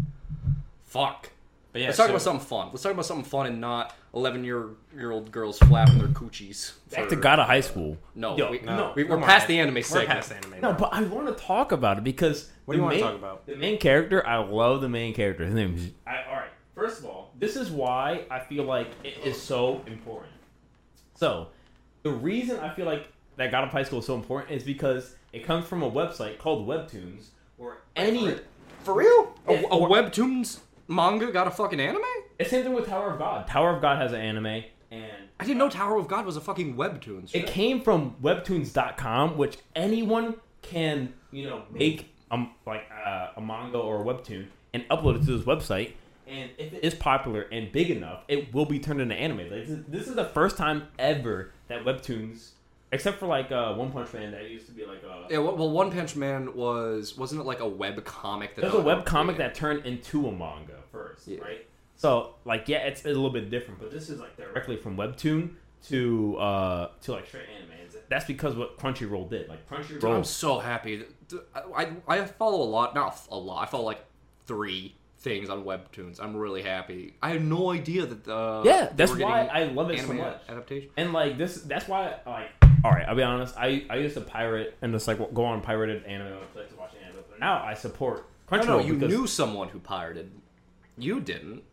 S1: Fuck.
S11: but yeah
S1: Let's talk
S11: so-
S1: about something fun. Let's talk about something fun and not eleven year year old girls flapping their coochies.
S3: Back
S1: for-
S3: to God of High School.
S1: no,
S3: Yo,
S1: we,
S3: no,
S1: we, we're
S11: come on.
S1: past the anime
S11: we're
S1: segment.
S11: past anime
S3: No, but I want to talk about it because
S11: what do you
S3: the
S11: want to
S3: main-
S11: talk about
S3: The main character, I love the main character. His name is
S2: I, all right. First of all,
S3: This is why I feel like it is so important. So, the reason I feel like that God of High School is so important is because it comes from a website called Webtoons, where any
S1: For real? A,
S3: Yeah.
S1: a webtoons manga got a fucking anime?
S3: it's same thing with Tower of God. Tower of God has an anime, and
S1: I didn't know Tower of God was a fucking webtoons.
S3: it came from Webtoons.com, which anyone can you know make um like uh, a manga or a webtoon and upload it to this website. And if it is popular and big enough, it will be turned into anime. Like, this, this is the first time ever that webtoons, except for like uh, One Punch Man, that used to be like uh, a
S1: yeah, well, well, One Punch Man was wasn't it like a web comic? That
S3: there's a web comic that turned into a manga first,
S1: Yeah.
S3: right? So like yeah, it's a little bit different, but this is like directly from webtoon to uh to like straight anime. That's because what Crunchyroll did. Like
S1: Dude, I'm
S3: Crunchyroll,
S1: so happy. that- I, I I follow a lot, not a lot. I follow like three things on webtoons. I'm really happy. I had no idea that. Uh,
S3: Yeah,
S1: they
S3: that's
S1: were
S3: why
S1: getting
S3: I love it so
S1: anime
S3: much.
S1: Adaptation.
S3: and like this, that's why like all right, I'll be honest. I I used to pirate and just like go on pirated anime websites to watch anime, but now I support
S1: No,
S3: Crunchyroll.
S1: no, you
S3: because,
S1: knew someone who pirated. You didn't.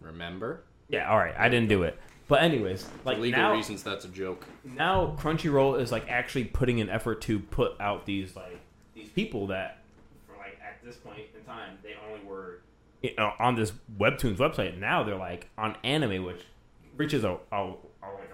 S1: Remember?
S3: Yeah, all right, I didn't do it. But anyways, like
S1: For legal
S3: now,
S1: reasons, that's a joke.
S3: now Crunchyroll is like actually putting an effort to put out these like these people that
S2: for like at this point in time, they only were
S3: you know, uh, on this webtoons website. Now they're like on anime, which reaches a, a, a, like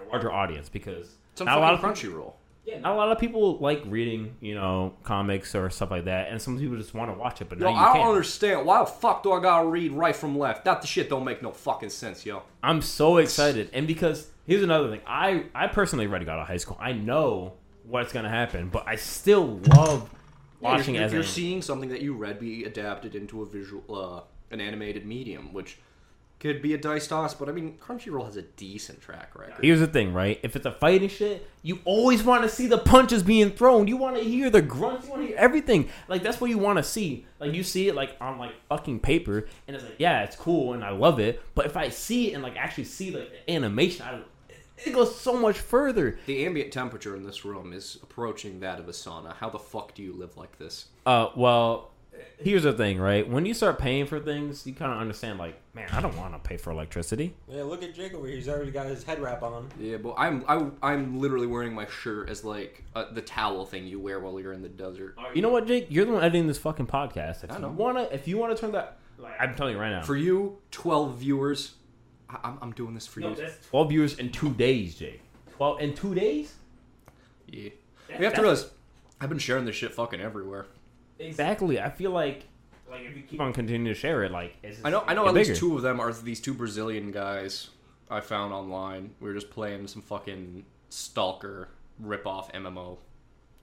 S3: a larger audience because
S1: Some
S3: not a lot
S1: fucking
S3: of
S1: Crunchyroll.
S3: yeah, not a lot of people like reading you know comics or stuff like that, and some people just want to watch it, but
S1: Yo,
S3: now you
S1: I don't
S3: can't.
S1: understand. Why the fuck do I gotta read right from left? That the shit don't make no fucking sense, yo.
S3: I'm so excited, and because here's another thing. I I personally read God of High School. I know what's gonna happen, but I still love watching
S1: if
S3: it
S1: you're,
S3: as
S1: you're
S3: anime.
S1: seeing something that you read be adapted into a visual, uh, an animated medium, which could be a dice toss. But I mean, Crunchyroll has a decent track record.
S3: Here's the thing, right? If it's a fighting shit, you always want to see the punches being thrown. You want to hear the grunts. You want to hear everything. Like that's what you want to see. Like you see it like on like fucking paper, and it's like yeah, it's cool and I love it. But if I see it and like actually see like the animation, I, it goes so much further.
S1: The ambient temperature in this room is approaching that of a sauna. How the fuck do you live like this?
S3: Uh, well, Here's the thing, right? When you start paying for things, you kind of understand, like, man, I don't want to pay for electricity.
S10: Yeah, look at Jake over here. He's already got his head wrap on.
S1: Yeah, but I'm I, I'm literally wearing my shirt as like uh, the towel thing you wear while you're in the desert.
S3: You know what, Jake? You're the one editing this fucking podcast. If
S1: I
S3: you
S1: know.
S3: wanna, if you wanna turn that, like, I'm telling you right now,
S1: For you, twelve viewers, I, I'm I'm doing this for
S2: No,
S1: you.
S2: that's
S3: twelve viewers in two days, Jake. Twelve in two days?
S1: Yeah, we have to realize I've been sharing this shit fucking everywhere.
S3: Exactly. I feel like
S2: like if you keep
S3: keep on continuing to share it. Like, it's
S1: I know I know
S3: get
S1: at
S3: bigger.
S1: least two of them are these two Brazilian guys I found online. We were just playing some fucking stalker ripoff MMO.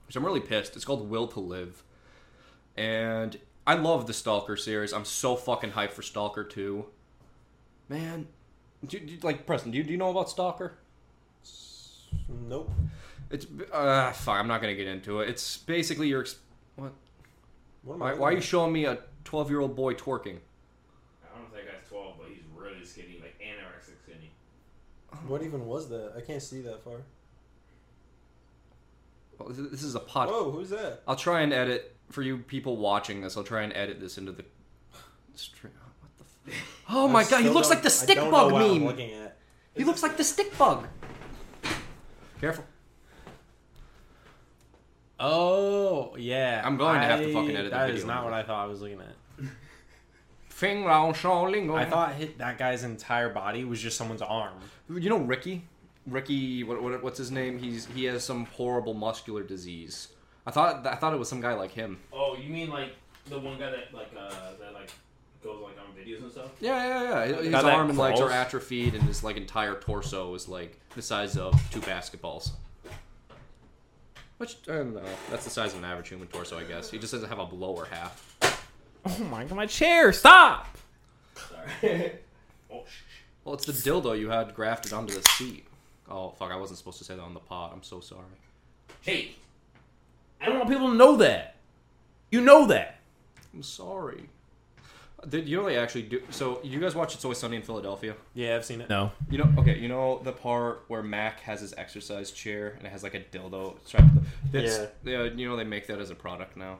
S1: Which I'm really pissed. It's called Will to Live. And I love the Stalker series. I'm so fucking hyped for Stalker 2. Man, do, do, like Preston, do you, do you know about Stalker?
S10: Nope.
S1: It's uh fine, I'm not going to get into it. It's basically your ex- what?
S10: What am I
S1: Why,
S10: looking
S1: why are you
S10: at?
S1: showing me a 12-year-old boy twerking?
S2: I don't know if that guy's 12, but he's really skinny, like anorexic skinny.
S10: What even was that? I can't see that far.
S1: Well, this- This is a podcast.
S10: Whoa, who's that?
S1: I'll try and edit for you people watching this. I'll try and edit this into the stream. [GASPS] What the? F- oh my
S10: I
S1: god, he
S10: still
S1: looks
S10: don't-
S1: like the
S10: I
S1: stick
S10: don't
S1: bug
S10: know what I'm
S1: meme.
S10: looking at.
S1: He looks like the stick bug. Careful.
S11: Oh yeah,
S1: I'm going to have to fucking edit the
S11: That
S1: video
S11: is not
S1: anyway.
S11: what I thought I was looking at.
S1: Fing Lao Shao Ling.
S11: I thought hit that guy's entire body was just someone's arm.
S1: you know Ricky. Ricky, what, what, what's his name? He's he has some horrible muscular disease. I thought I thought it was some guy like him.
S2: Oh, you mean like the one guy that like uh that like goes like on videos and stuff?
S1: Yeah, yeah, yeah. His
S3: Guy that
S1: arm and legs are
S3: crawls?
S1: atrophied, and his like entire torso is like the size of two basketballs. Which I don't know. That's the size of an average human torso, I guess. He just doesn't have a lower half.
S3: Oh my god, my chair! Stop!
S2: Sorry. [LAUGHS] oh, shh. shh.
S1: Well, it's the dildo you had grafted onto the seat. Oh fuck! I wasn't supposed to say that on the pod. I'm so sorry.
S2: Hey,
S3: I don't want people to know that. You know that.
S1: I'm sorry. Did you know they actually do? So you guys watch It's Always Sunny in Philadelphia?
S11: Yeah, I've seen it.
S3: No.
S1: You know, okay, you know the part where Mac has his exercise chair and it has like a dildo strapped. To the, that's, yeah. You know they make that as a product now.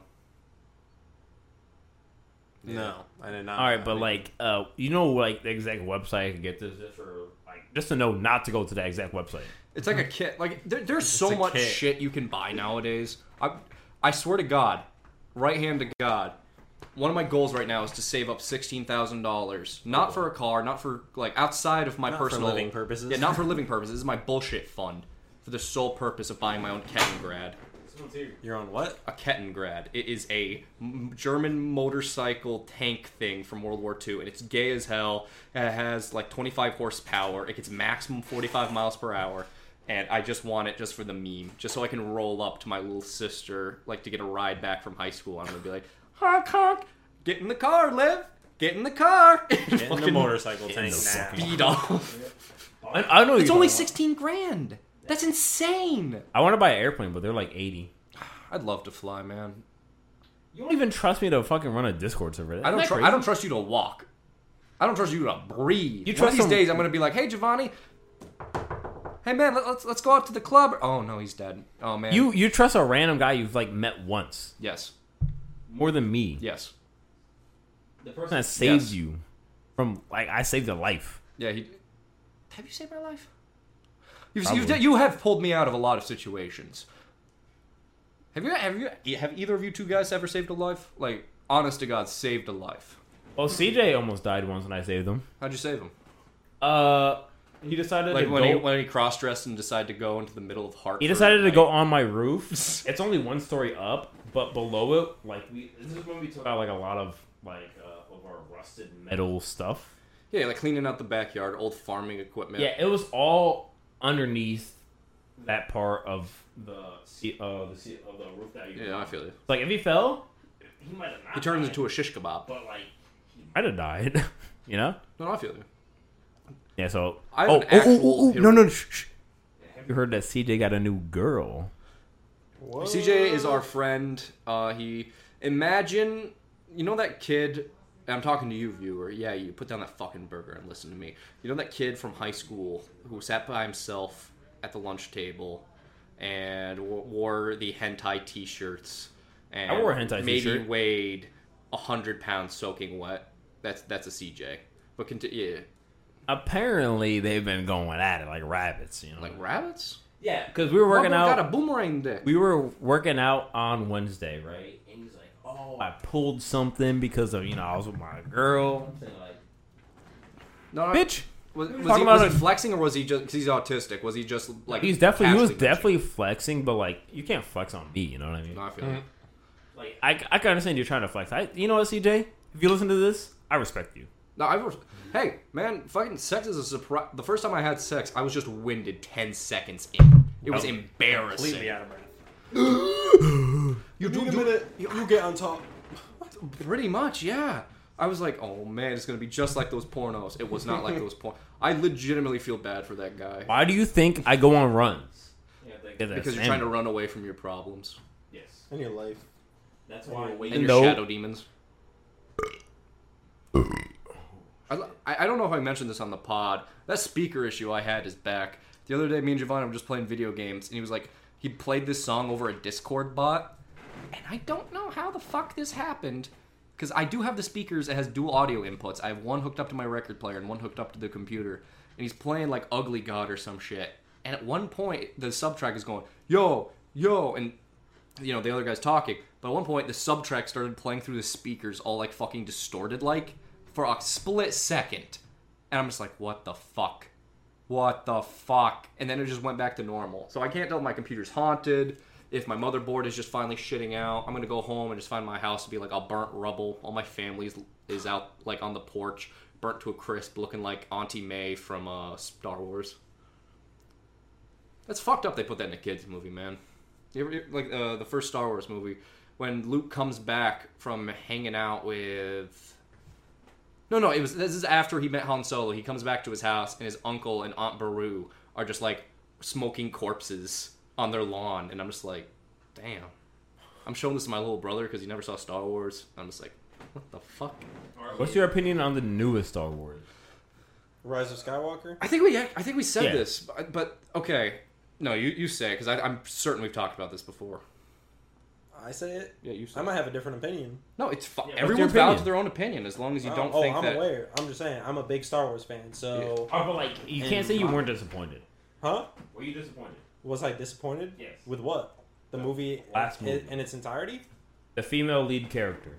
S11: No, I did not.
S3: All right, but like, uh, you know, like the exact website I can get this just for like just to know not to go to that exact website.
S1: It's like a kit. Like there, there's so
S11: a
S1: much
S11: kit.
S1: shit you can buy nowadays. I, I swear to God, right hand to God, one of my goals right now is to save up sixteen thousand dollars, not for a car, not for like outside of my
S11: Not for
S1: personal
S11: living purposes.
S1: Yeah, not for living purposes. This is my bullshit fund for the sole purpose of buying my own Kettengrad.
S2: someone's here.
S11: You're on what?
S1: A Kettengrad. It is a m- German motorcycle tank thing from World War II, and it's gay as hell. It has like 25 horsepower. It gets maximum 45 miles per hour, and I just want it just for the meme, just so I can roll up to my little sister, like to get a ride back from high school. I'm gonna be like, honk honk, get in the car, Liv, get in the car, [LAUGHS]
S11: Get in the motorcycle tank
S3: the
S11: now.
S3: fucking-
S1: beat off.
S3: I, I don't know.
S1: It's only 16 grand. That's insane.
S3: I want to buy an airplane, but they're like eighty.
S1: I'd love to fly, man.
S3: You don't even trust me to fucking run a Discord server.
S1: I don't.
S3: trust.
S1: Tr- I don't trust you to walk. I don't trust you to breathe. One
S3: You
S1: of
S3: trust
S1: these
S3: him-
S1: days, I'm gonna be like, "Hey, Giovanni. Hey, man, let, let's let's go out to the club." Oh no, he's dead. Oh man.
S3: You you trust a random guy you've like met once
S1: Yes.
S3: more than me.
S1: Yes.
S2: The
S3: That
S2: person.
S3: saved
S1: Yes.
S3: you from like I saved a life.
S1: Yeah. He. Have you saved my life? You've,
S3: Probably.
S1: you've de- you have pulled me out of a lot of situations. Have you have you have either of you two guys ever saved a life? Like, honest to God, saved a life.
S3: Well, CJ almost died once, and I saved him.
S1: How'd you save him?
S3: Uh, he decided
S1: Like
S3: to
S1: when
S3: go.
S1: he when he cross dressed and decided to go into the middle of Hartford.
S3: He decided to
S1: like-
S3: go on my roof. [LAUGHS] It's only one story up, but below it, like we
S2: This is when we talk
S3: got like a lot of like
S2: like uh, of our rusted metal.
S3: metal stuff.
S1: Yeah, like cleaning out the backyard, old farming equipment.
S3: Yeah, it was all underneath that part of
S2: The seat
S3: the uh, the sea-
S2: of the roof that you.
S1: Yeah, I feel you.
S3: like if he fell,
S2: He might have not.
S1: He turns
S2: died,
S1: into a shish kebab.
S2: But like,
S3: I'd have died. [LAUGHS] you know?
S1: No, I feel you.
S3: Yeah. So
S1: I have
S3: oh,
S1: an
S3: oh, oh,
S1: actual
S3: oh, oh,
S1: hero.
S3: no no. Shh, shh. You heard that CJ got a new girl.
S10: Whoa.
S1: CJ is our friend. Uh, he imagine you know that kid. I'm talking to you, viewer. Yeah, you put down that fucking burger and listen to me. You know that kid from high school who sat by himself at the lunch table and w- wore the hentai T-shirts and
S3: I wore a hentai
S1: maybe
S3: t-shirt.
S1: weighed hundred pounds soaking wet. That's that's a CJ. But continue. Yeah,
S3: Apparently, they've been going at it like rabbits, you know.
S1: like rabbits.
S3: yeah, because we were working
S1: Bubba
S3: out.
S1: Got a boomerang dick.
S3: we were working out on Wednesday, right? And he's like, "Oh, I pulled something because of you know I was with my girl." I'm saying, like,
S1: no, no,
S3: Bitch,
S1: Was, was,
S3: talking
S1: he,
S3: about
S1: was he
S3: it.
S1: flexing or was he just? Cause he's autistic. Was he just like?
S3: he's definitely he was
S1: casting the
S3: definitely flexing, but like you can't flex on me. You know what I mean?
S1: shit? No, I
S11: Mm-hmm.
S1: feel you.
S3: Like I, I can understand you're trying to flex. I, you know what, CJ? If you listen to this, I respect you.
S1: No, I was. Hey, man, fucking sex is a surprise. The first time I had sex, I was just winded ten seconds in. It was
S3: Oh.
S1: embarrassing.
S11: Completely out
S1: [GASPS]
S11: of breath.
S1: You do,
S10: Wait a
S1: do-
S10: minute. You, you get on top.
S1: pretty much, yeah. I was like, oh man, it's gonna be just like those pornos. It was not
S11: [LAUGHS]
S1: like those porn. I legitimately feel bad for that guy
S3: Why do you think I go on runs?
S2: Yeah, like,
S1: because you're trying to run away from your problems
S2: yes.
S10: In your life.
S2: That's why I waited.
S1: and your
S3: No.
S1: shadow demons. I, I I don't know if I mentioned this on the pod. That speaker issue I had is back. The other day, me and Giovanni were just playing video games, and he was like, he played this song over a Discord bot, and I don't know how the fuck this happened. Because I do have the speakers that has dual audio inputs. I have one hooked up to my record player and one hooked up to the computer. And he's playing like Ugly God or some shit. And at one point, the subtrack is going, yo, yo, and you know the other guy's talking. But at one point, the subtrack started playing through the speakers, all like fucking distorted, like for a split second. And I'm just like, what the fuck? What the fuck? And then it just went back to normal. So I can't tell if my computer's haunted, if my motherboard is just finally shitting out. I'm gonna go home and just find my house to be like all burnt rubble. All my family's is out like on the porch, burnt to a crisp, looking like Auntie May from uh, Star Wars. That's fucked up. They put that in a kids movie, man. You ever, like uh, the first Star Wars movie when Luke comes back from hanging out with. No, no, it was this is after he met Han Solo. He comes back to his house and his uncle and Aunt Beru are just like smoking corpses on their lawn, and I'm just like, damn. I'm showing this to my little brother because he never saw Star Wars. I'm just like, what the fuck?
S3: What's your opinion on the newest Star Wars?
S10: Rise of Skywalker.
S1: I think we I think we said
S3: Yeah.
S1: this, but, but okay. No, you you say because I'm certain we've talked about this before.
S10: I say it.
S1: Yeah, you
S10: I might have a different opinion.
S1: No, it's fu-
S3: what's your
S1: everyone's bound
S3: opinion?
S1: to their own opinion as long as you
S10: I-
S1: don't
S10: oh,
S1: think
S10: I'm
S1: that.
S10: aware. I'm just saying. I'm a big Star Wars fan. So,
S2: Oh, but like,
S3: You can't say you weren't disappointed.
S10: huh?
S2: were you disappointed?
S10: Was I disappointed?
S2: Yes.
S10: With what? The movie,
S3: Last
S10: i-
S3: movie.
S10: in its entirety.
S3: The female lead character.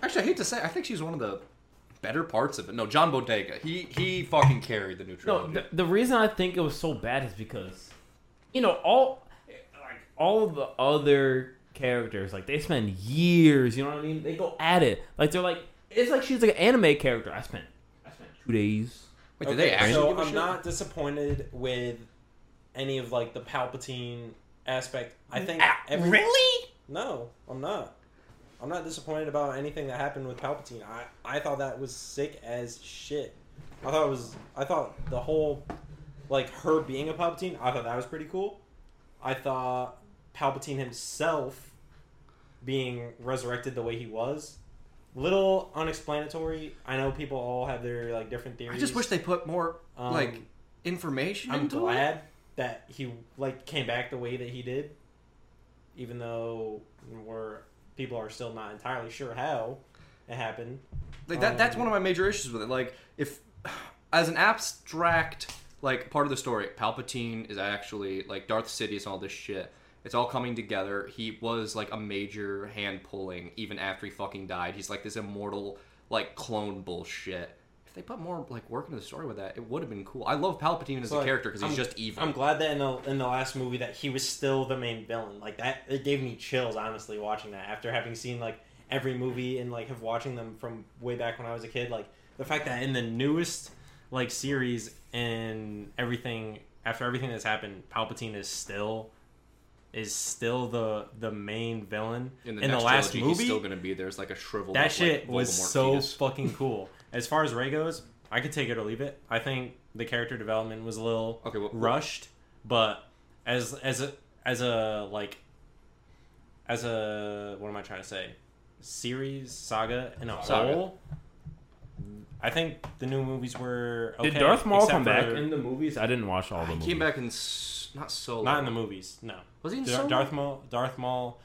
S1: Actually, I hate to say, I think she's one of the better parts of it. No, John Bodega, he he fucking carried the new
S3: No,
S1: trilogy.
S3: the, the reason I think it was so bad is because, you know, all like all the other characters, like they spend years. You know what I mean? They go at it. Like they're like, it's like she's like an anime character. I spent two days.
S1: Wait, did they
S10: Okay,
S1: actually?
S10: So
S1: give a
S10: I'm
S1: shit?
S10: not disappointed with any of like the Palpatine aspect. I think every-
S3: really?
S10: No, I'm not. I'm not disappointed about anything that happened with Palpatine. I, I thought that was sick as shit. I thought it was I thought the whole like her being a Palpatine, I thought that was pretty cool. I thought Palpatine himself being resurrected the way he was. Little unexplanatory. I know people all have their like different theories.
S1: I just wish they put more
S10: Um,
S1: like information
S10: I'm
S1: into it.
S10: glad that he like came back the way that he did, even though we're people are still not entirely sure how it happened.
S1: Like that,
S10: Um,
S1: that's one of my major issues with it. Like if [SIGHS] as an abstract like part of the story, Palpatine is actually like Darth Sidious and all this shit. It's all coming together. He was like a major hand pulling even after he fucking died. He's like this immortal like clone bullshit. If they put more like work into the story with that, it would have been cool. I love Palpatine as
S10: So,
S1: a
S10: like,
S1: character because he's
S10: I'm-
S1: just evil.
S10: I'm glad that in the in the last movie that he was still the main villain. Like that, it gave me chills honestly watching that after having seen like every movie and like have watching them from way back when I was a kid. Like the fact that
S11: In the newest like series and everything after everything that's happened, Palpatine is still is still the the main villain
S1: in the,
S11: in
S1: next
S11: the last
S1: trilogy,
S11: movie.
S1: he's still gonna be there. It's like a shriveled.
S11: that
S1: up,
S11: shit
S1: like,
S11: was
S1: Voldemort
S11: so
S1: fetus. [LAUGHS]
S11: fucking cool. As far as Ray goes, I could take it or leave it. I think the character development was a little
S1: Okay, well-
S11: rushed, but as as a as a like as a what am I trying to say? Series saga in a
S1: Saga.
S11: whole. I think the new movies were okay.
S3: Did Darth Maul
S11: except
S3: come back
S11: for-
S3: in the movies? I didn't watch all the
S1: He
S3: movies.
S1: came back in s- not so
S11: Not in the movies. No.
S1: Was he in
S11: Dar-
S1: Solo?
S11: Darth Maul? Darth Maul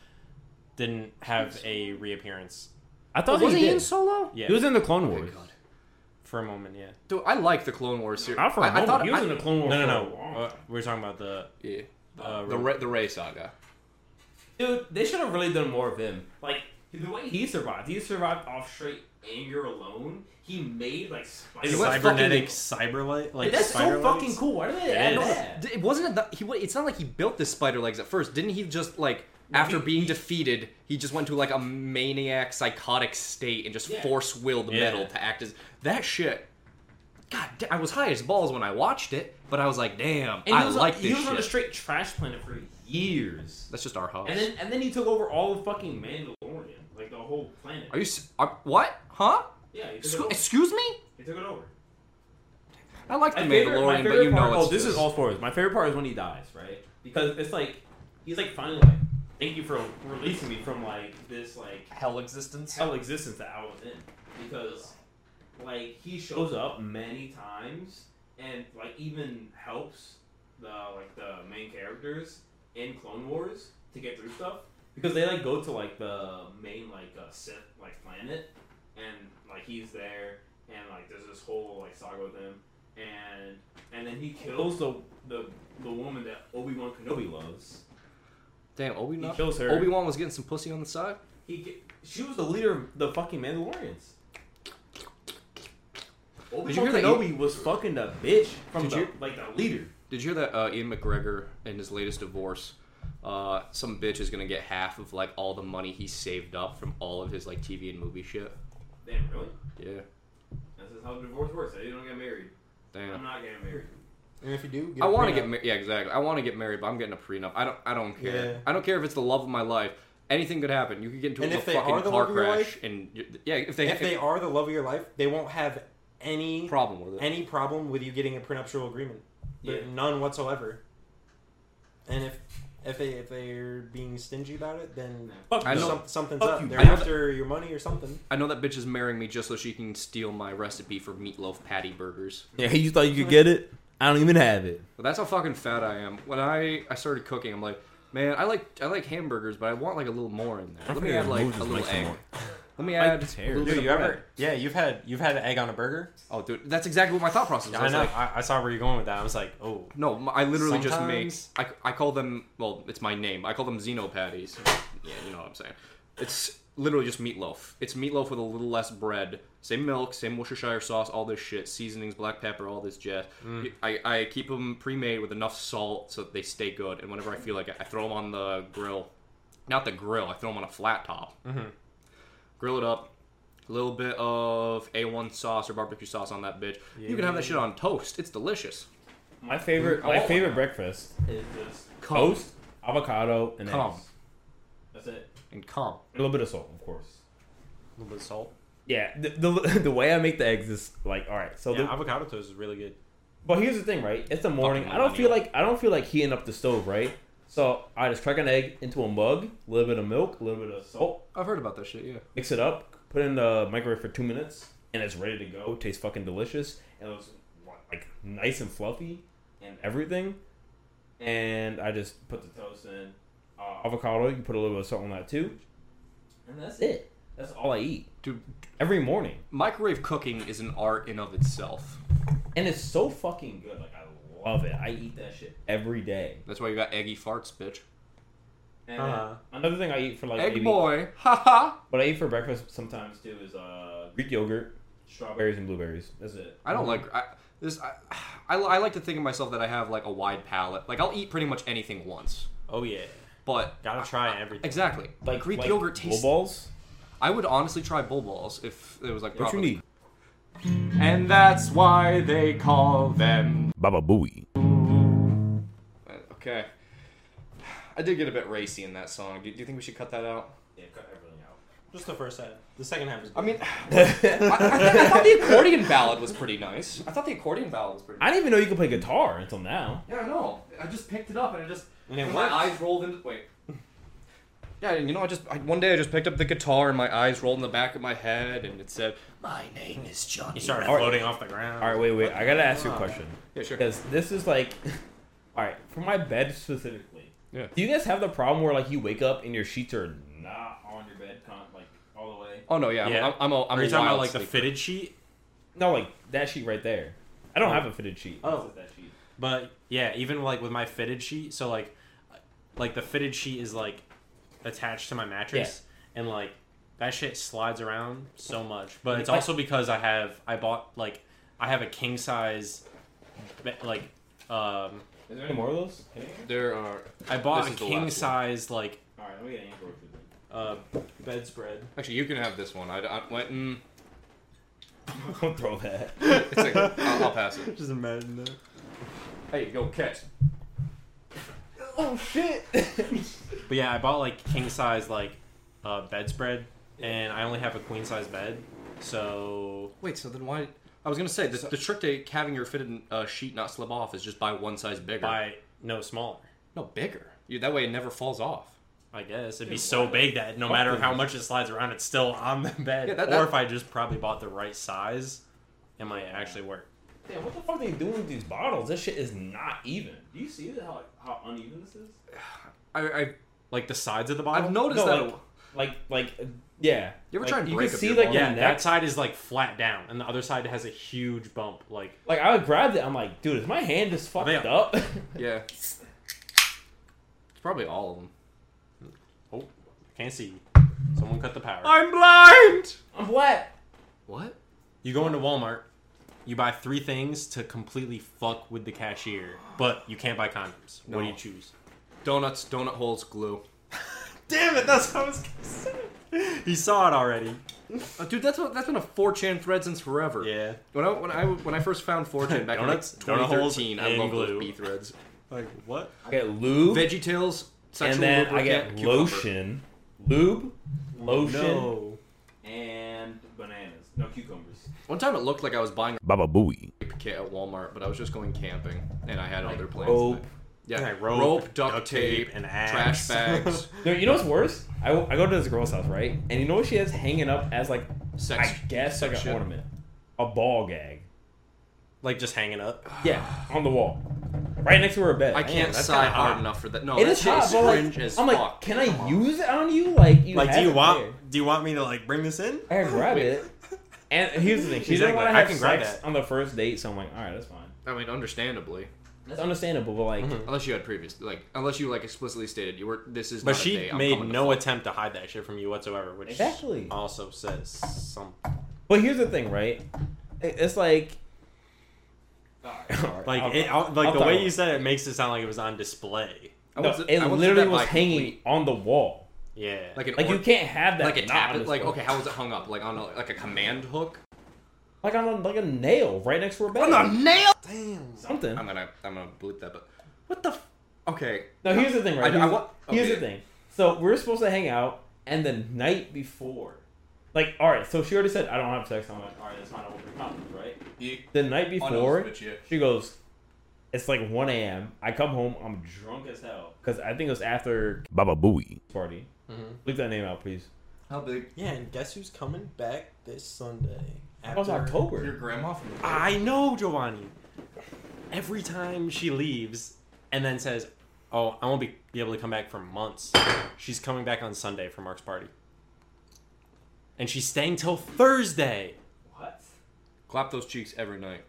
S11: didn't have a reappearance
S3: I thought
S7: was
S3: he,
S7: he
S3: did.
S7: in Solo?
S11: Yeah,
S3: He was in the Clone Wars.
S11: for a moment. Yeah.
S1: Dude, I like the Clone Wars series.
S3: Not for a
S1: I, I
S3: moment.
S1: thought
S3: he was
S1: I-
S3: in the Clone Wars. for
S11: No, no,
S3: a
S11: no.
S3: while.
S11: Uh, we are talking about the
S1: yeah.
S11: uh,
S1: the Ray, the Ray saga.
S3: Dude, they should have really done more of him. Like the way he survived, he survived off straight anger alone. He made like
S11: is
S3: spider.
S11: it
S1: went
S11: cybernetic cyberlight. Like
S3: that's
S11: spider
S3: so
S11: legs?
S3: fucking cool. Why do they
S11: It
S3: add
S11: is.
S3: that?
S1: D- It wasn't that he. wa- It's not like he built this spider legs at first. Didn't he just like after
S3: he-
S1: being defeated, he just went to like a maniac, psychotic state and just
S3: Yeah.
S1: force willed
S11: Yeah.
S1: metal to act as that shit. God, da- I was high as balls when I watched it, but I was like, damn,
S3: And he
S1: I
S3: was
S1: like
S3: on,
S1: this
S3: He was on a
S1: shit.
S3: straight trash planet for years,
S1: That's just our house.
S3: and then and then he took over all of fucking Mandalorian, like the whole planet.
S1: are you? s- Are, what? Huh?
S3: yeah, he took,
S1: Scu-
S3: it over.
S1: excuse me?
S3: he took it over.
S1: I like the
S3: My favorite- my
S1: Mandalorian, but
S3: favorite
S1: you know
S3: part-
S1: it's
S3: oh, this
S1: just-
S3: is all for us. My favorite part is when he dies, right? Because it's like he's like finally like, thank you for releasing me from like this like
S12: Hell existence.
S3: hell existence that I was in because like he shows up many times and like even helps the like the main characters in Clone Wars to get through stuff because they like go to like the main like uh, Sith like planet and like he's there and like there's this whole like saga with him and and then he kills the the, the woman that Obi Wan Kenobi loves.
S1: Damn, Obi
S3: He
S1: Wan.
S3: kills her.
S1: Obi Wan was getting some pussy on the side.
S3: He ki- she was the leader of the fucking Mandalorians. Obi
S1: Did you hear
S3: Wan
S1: that
S3: Kenobi was fucking the bitch from
S1: Did
S3: the,
S1: you-
S3: like the leader.
S1: Did you hear that uh, Ian McGregor in his latest divorce? Uh, some bitch is gonna get half of like all the money he saved up from all of his like TV and movie shit.
S3: Damn, really?
S1: Yeah,
S3: This is how divorce works. You don't get married. I'm
S1: damn.
S3: not getting married.
S10: And if you do, get
S1: I
S10: a
S1: want to
S10: prenup.
S1: get married. Yeah, exactly. I want to get married, but I'm getting a prenup. I don't. I don't care.
S10: Yeah.
S1: I don't care if it's the love of my life. Anything could happen. You could get into
S10: And
S1: a
S10: if they
S1: fucking
S10: are the
S1: car
S10: love of your
S1: crash,
S10: life?
S1: and you yeah, if they
S10: If they are the love of your life, they won't have any
S1: problem with it.
S10: any problem with you getting a prenuptial agreement. There-
S3: Yeah.
S10: None whatsoever. And if if they if they're being stingy about it, then
S3: Fuck
S1: I
S3: no.
S1: know.
S10: some, something's
S3: Fuck
S10: up.
S3: you,
S10: They're
S1: I know
S10: after your money or something.
S1: I know that bitch is marrying me just so she can steal my recipe for meatloaf patty burgers.
S3: Yeah, you thought you could get it? I don't even have it.
S1: But that's how fucking fat I am. When I, I started cooking, I'm like, man, I like I like hamburgers, but I want like a little more in there. Let me add like a little egg. Let me add.
S3: this
S1: a
S3: hair.
S1: little bit
S11: Dude,
S1: of
S11: you
S1: bread.
S11: ever? Yeah, you've had you've had an egg on a burger.
S1: Oh, dude, that's exactly what my thought process.
S11: Yeah,
S1: was. I
S11: I
S1: was
S11: know.
S1: like,
S11: I, I saw where you're going with that. I was like, oh,
S1: no, m- I literally just
S11: Sometimes-
S1: make. I, I call them. Well, it's my name. I call them Xeno patties. Yeah, you know what I'm saying. It's literally just meatloaf. It's meatloaf with a little less bread. Same milk, same Worcestershire sauce, all this shit, seasonings, black pepper, all this jazz.
S11: Mm.
S1: I, I keep them pre-made with enough salt so that they stay good. And whenever I feel like it, I throw them on the grill not the grill. I throw them on a flat top.
S11: Mm-hmm.
S1: Grill it up. A little bit of A1 sauce or barbecue sauce on that bitch. You can have that shit on toast. It's delicious.
S3: My favorite,
S1: I
S3: my
S1: want
S3: favorite
S1: one.
S3: breakfast is just
S1: Cum.
S3: toast, avocado, and
S1: Cum.
S3: eggs. That's it.
S1: And calm.
S3: A little bit of salt, of course.
S11: a little bit of salt.
S3: Yeah, the, the, [LAUGHS] the way I make the eggs is like all right. So
S11: Yeah,
S3: the,
S11: avocado toast is really good.
S3: But here's the thing, right? It's the morning.
S1: Fucking
S3: I don't feel
S1: millennial.
S3: like I don't feel like heating up the stove, right? So I just crack an egg into a mug, a little bit of milk, a little bit of salt,
S1: I've heard about that shit, yeah.
S3: mix it up, put it in the microwave for two minutes, and it's ready to go. Tastes fucking delicious. And it was like nice and fluffy and everything. And I just put the toast in, uh, avocado. You put a little bit of salt on that too, and that's it. That's all I eat
S1: Dude,
S3: every morning,
S1: microwave cooking is an art in of itself.
S3: and it's so fucking good. Like I love it. I eat that shit every day.
S1: That's why you got eggy farts, bitch.
S3: And
S11: Uh-huh.
S3: another thing I eat for like
S1: Egg
S3: maybe-
S1: boy. Haha.
S3: what I eat for breakfast sometimes too is uh Greek yogurt, strawberries and blueberries. That's it.
S1: I don't like I, this. I, I, I like to think of myself that I have like a wide palate. Like I'll eat pretty much anything once,
S11: Oh yeah,
S1: but
S11: gotta try everything.
S1: exactly
S3: Like
S1: Greek
S3: like
S1: yogurt
S3: bull
S1: tastes.
S3: balls.
S1: I would honestly try bull balls if it was like
S3: What
S1: proper-
S3: you need?
S1: And that's why they call them.
S3: Baba Booey.
S1: Okay. I did get a bit racy in that song. Do do you think we should cut that out?
S3: Yeah, cut everything out.
S10: Just the first half. The second half is.
S1: I mean, I, I, I thought
S11: [LAUGHS]
S1: the accordion ballad was pretty nice. I thought the accordion ballad was pretty.
S3: I didn't even know you could play guitar until now.
S1: Yeah, I know. I just picked it up and I just
S10: And it
S1: my
S10: works.
S1: eyes rolled into wait. Yeah, you know, I just I, one day I just picked up the guitar and my eyes rolled in the back of my head and it said, "My name is Johnny."
S11: You started
S3: Alright.
S11: floating off the ground.
S3: All right, wait, wait. I gotta ask you a question
S1: Yeah, sure.
S3: because this is like, [LAUGHS] all right, for my bed specifically.
S1: Yeah.
S3: Do you guys have the problem where like you wake up and your sheets are not on your bed, con- like all the way?
S1: Oh no, yeah, I'm,
S11: Yeah.
S1: I'm, I'm a, I'm
S11: Are
S1: a
S11: you talking
S1: wild
S11: about like the
S1: sleeper.
S11: fitted sheet?
S3: No, like that sheet right there. I don't have a fitted sheet.
S10: Oh,
S2: that sheet.
S11: But yeah, even like with my fitted sheet, so like, like the fitted sheet is like attached to my mattress, and like that shit slides around so much. But it's also because I have I bought like I have a king size, be- like um
S2: Is there any more of those? Any?
S1: There are
S11: I bought
S1: This
S11: a
S1: is the
S11: king
S1: last one.
S11: size like
S2: All right, let me get an answer for you.
S11: uh bedspread.
S1: actually you can have this one. I, I went.
S11: [LAUGHS]
S1: Mm,
S3: [LAUGHS] Don't throw that.
S1: it's like, I'll, I'll pass it.
S10: just imagine that.
S1: Hey, go catch.
S3: Oh shit!
S11: But yeah, I bought like king size like uh bedspread, and I only have a queen size bed, so
S1: Wait, so then why? I was gonna say the, the trick to having your fitted uh, sheet not slip off is just buy one size bigger.
S11: by no smaller.
S1: no bigger. You, that way it never falls off.
S11: I guess it'd be so big that no matter how much it slides around, it's still on the [LAUGHS] bed.
S1: Yeah, that-
S11: or
S1: that-
S11: if I just probably bought the right size, it might actually work.
S3: Damn, what the fuck are they doing with these bottles? This shit is not even.
S2: Do you see how how uneven this is?
S1: I, I
S11: Like the sides of the bottle.
S1: I've noticed
S3: No,
S1: that.
S3: like- Like, like, uh, yeah.
S1: You ever
S3: like,
S1: try and
S3: you
S1: break
S3: can
S1: a
S3: see
S1: beer
S3: like
S1: bong?
S3: the
S11: yeah,
S3: neck-
S11: that side is like flat down, and the other side has a huge bump. Like
S3: Like I grabbed it. I'm like, dude, is my hand just fucked
S11: they-
S3: up? [LAUGHS]
S1: yeah, it's probably all of them.
S11: can't see. Someone cut the power.
S1: I'm blind.
S3: I'm black.
S1: What?
S11: You go into Walmart, you buy three things to completely fuck with the cashier, but you can't buy condoms. What do you
S1: No.
S11: choose?
S1: Donuts, donut holes, glue.
S11: Damn it, that's what I was gonna say. [LAUGHS] He saw it already.
S1: Uh, dude, that's what, that's been a 4chan thread since forever.
S11: Yeah.
S1: When I when I when I first found 4chan back
S11: Donuts,
S1: in
S11: donut
S1: like
S11: holes,
S1: 2013, I
S11: and
S1: loved
S11: glue.
S1: those B threads.
S11: Like what?
S3: I get lube,
S1: Veggie Tales, sexual
S3: and then I
S1: lubricant,
S3: get
S1: cucumber.
S3: lotion, lube, lotion.
S11: No.
S2: And bananas, no cucumbers.
S1: One time it looked like I was buying
S3: Baba Booey.
S1: a kit at Walmart, but I was just going camping and I had other plans.
S3: rope.
S1: Yeah,
S11: Yeah, rope,
S1: rope, duct,
S11: duct tape,
S1: tape,
S11: and axe. [LAUGHS]
S1: trash bags,
S3: [LAUGHS] No, you know what's worse? I, I go to this girl's house, right? And you know what she has hanging up as like
S1: sex.
S3: I guess like an
S1: shit.
S3: ornament, a ball gag.
S11: Like just hanging up.
S3: [SIGHS] Yeah, on the wall, right next to her bed.
S1: I can't
S11: that's
S1: sigh
S11: kinda hot.
S1: hard enough for that. No,
S3: It
S1: that
S3: is
S1: shit
S3: hot,
S1: is
S3: but
S1: cringe
S3: like,
S1: as
S3: I'm
S1: fuck.
S3: like, can I use it on you? Like, you
S11: Like,
S3: have
S11: do you
S3: it
S11: want?
S3: there.
S11: Do you want me to like bring this in?
S3: I grab it. And here's the thing: she
S11: Exactly.
S3: didn't want to
S11: I
S3: have
S11: can grab
S3: sex
S11: that.
S3: on the first date, so I'm like, all right, that's fine.
S1: I mean, understandably,
S3: That's understandable, but like,
S1: unless you had previous, like, unless you like explicitly stated you were this is.
S11: But
S1: not a
S11: she
S1: day, I'm
S11: made
S1: coming to
S11: no
S1: fuck.
S11: attempt to hide that shit from you whatsoever, which
S3: Exactly.
S11: also says something.
S3: but here's the thing, right? It- It's like,
S11: Like
S3: I'll-
S11: it,
S3: I'll-
S11: like
S3: I'll
S11: the
S3: talk
S11: way
S3: about
S11: you
S3: it.
S11: said it makes it sound like it was on display.
S1: I
S3: No,
S1: won't sit-
S3: it
S1: I won't sit
S3: literally
S1: that
S3: was
S1: by
S3: hanging
S1: complete-
S3: on the wall.
S11: Yeah.
S1: like an
S3: Like
S1: or-
S3: you can't have that.
S1: like a
S3: not
S1: tap.
S3: on this
S1: Like
S3: wall.
S1: okay, how was it hung up? Like on a, like a command hook?
S3: like on a, like a nail right next to her bed.
S1: nail.
S3: Something.
S1: I'm gonna I'm gonna bleep that. But
S3: What the? F-
S1: okay,
S3: no, here's the thing, right?
S1: I- I
S3: Here's,
S1: want-
S3: here's
S1: okay.
S3: the thing. So we're supposed to hang out, and the night before, like, all right. So she already said I don't have sex. I'm like,
S2: All right, that's not open condoms, right?
S3: the
S1: Oh,
S3: night before,
S1: yeah.
S3: she goes, it's like 1 a.m. I come home, I'm drunk
S2: Drunk as hell.
S3: because I think it was after
S14: Baba Booey.
S3: party.
S1: Mm-hmm.
S3: Leave that name out, please.
S1: How big?
S10: Yeah, and guess who's coming back this Sunday?
S3: That was October.
S1: grandma from the
S11: I know, Giovanni. Every time she leaves and then says, "Oh, I won't be, be able to come back for months," she's coming back on Sunday for Mark's party, and she's staying till Thursday.
S2: What?
S1: clap those cheeks every night.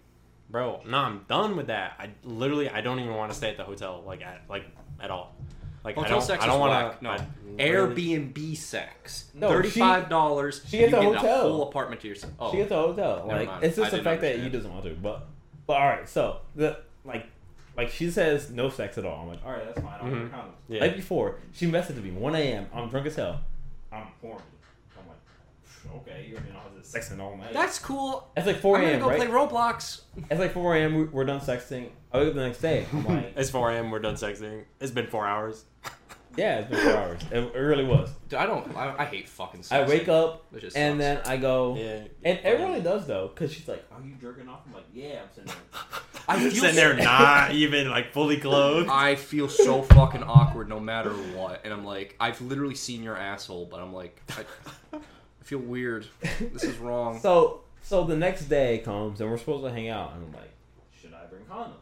S11: bro no i'm done with that i literally i don't even want to stay at the hotel like at like at all like
S1: Hotel
S11: i don't,
S1: sex
S11: I don't
S1: is
S11: want
S1: whack.
S11: to
S1: No,
S11: airbnb
S1: Airbnb sex.
S3: Mm-hmm. No, she-
S1: Thirty-five dollars.
S3: she gets
S1: you
S3: a
S1: get
S3: hotel.
S1: whole apartment to yourself. Oh,
S3: She gets the hotel.
S1: Never
S3: Like
S1: mind.
S3: it's just
S1: I
S3: the
S1: didn't
S3: fact that you
S1: understand.
S3: doesn't want to. But but all right. So the like like she says no sex at all. I'm like all
S2: All right, that's fine. I'll
S1: Mm-hmm.
S11: Mhm.
S2: wear condoms.
S11: yeah.
S3: night before she messaged me 1 a.m. I'm drunk as hell.
S2: I'm horny. I'm like, "Psh, okay, you're gonna have sex.
S3: Sexing all night.
S1: that's cool.
S3: It's like 4
S1: I'm gonna
S3: a.m.
S1: go
S3: Right?
S1: play Roblox.
S3: It's like 4 a.m. we- We're done sexting. I wake up the next day.
S11: [LAUGHS]
S3: I'm like,
S11: it's 4 a.m we're done sexting it's been four hours [LAUGHS]
S3: yeah, it's been four hours. It, it really was.
S1: Dude, I don't. I, I hate fucking.
S3: I
S1: Sex.
S3: wake up
S1: That just
S3: and then
S1: sucks.
S3: I go.
S11: yeah
S3: [LAUGHS] And it really does though, because [LAUGHS] she's like,
S2: Are you jerking off? I'm like, yeah, I'm sitting
S3: [LAUGHS]
S2: there.
S1: I feel [LAUGHS]
S11: sitting there not even like fully clothed
S1: I feel so fucking awkward no matter what, and I'm like, I've literally seen your asshole, but I'm like, I, I feel weird. This is
S3: [LAUGHS]
S1: wrong.
S3: so so the next day comes and we're supposed to hang out, and I'm like,
S2: Should I bring condoms?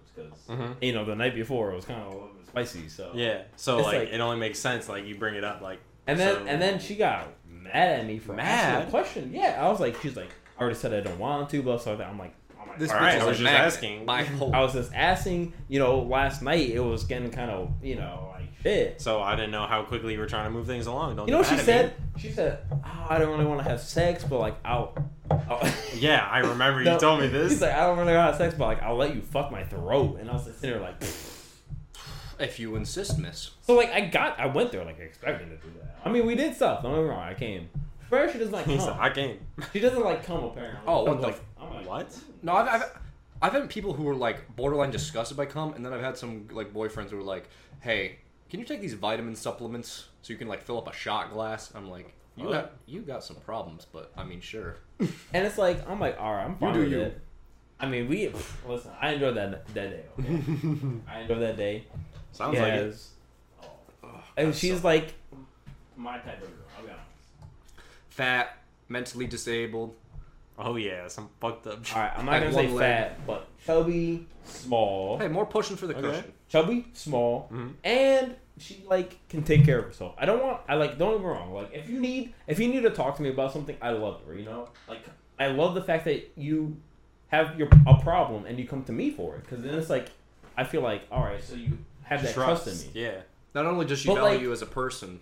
S2: Because
S3: you know, the night before it was kind of a little bit spicy, so
S11: yeah so
S3: It's
S11: like,
S3: like-
S11: it only makes sense like you bring it up like
S3: And then
S11: so-
S3: and then she got mad at me for asking
S11: Mad?
S3: a question. Yeah, I was like, she's like, I already said I don't want to, blah, so that. I'm like, I'm like,
S1: This
S11: All
S1: bitch
S11: right,
S1: is
S11: I
S1: a
S11: was just
S1: magnet.
S11: asking.
S1: My whole
S3: I was just asking, you know, last night it was getting kind of, you know, like shit.
S11: So I didn't know how quickly you were trying to move things along. Don't
S3: You know what
S11: get
S3: she
S11: Oh, mad at
S3: said? She said, oh, I don't really want to have sex, but like I'll. I'll
S11: me. Yeah, I
S3: [LAUGHS]
S11: remember
S3: No.
S11: you told me
S3: She's
S11: this.
S3: like, I don't really want to have sex, but like I'll let you fuck my throat. And I was just sitting there like, "Pfft."
S1: If you insist, miss.
S3: so like I got, I went there like expecting to do that. I mean, we did stuff. Don't get me wrong, I came. First, she doesn't like
S11: He's like,
S3: come.
S11: I came.
S3: She doesn't like come apparently.
S1: Oh,
S3: So
S1: what
S3: I'm
S1: the
S3: like,
S1: f-
S3: I'm like,
S11: What?
S1: No, I've, I've I've had people who were like borderline disgusted by cum, and then I've had some like boyfriends who were like, "Hey, can you take these vitamin supplements so you can like fill up a shot glass?" I'm like, "You
S3: What?
S1: got you got some problems, but I mean, sure."
S3: And it's like I'm like, all right, I'm fine
S1: do
S3: with
S1: you.
S3: it. I mean, we pff, listen. I enjoyed that that day. Okay?
S1: [LAUGHS]
S3: I enjoyed that day.
S11: Sounds like it.
S3: Yes. and she's like,
S2: My type of girl. I'll be honest.
S1: Fat, mentally disabled.
S11: Oh yeah, some fucked up. shit.
S3: all right, I'm
S1: Like
S3: not gonna say
S1: one leg.
S3: fat, but chubby, small,
S1: Hey, more pushing for the
S11: Okay.
S1: cushion.
S3: chubby, small,
S1: Mm-hmm.
S3: and she like can take care of herself. I don't want. I like. Don't get me wrong. Like, if you need, if you need to talk to me about something, I love her. You know, like I love the fact that you have your a problem and you come to me for it. Because then it's like, I feel like, all [LAUGHS] right, so you have that trust, in me.
S11: Yeah.
S1: Not only does she
S3: But,
S1: value
S3: like-
S1: you as a person,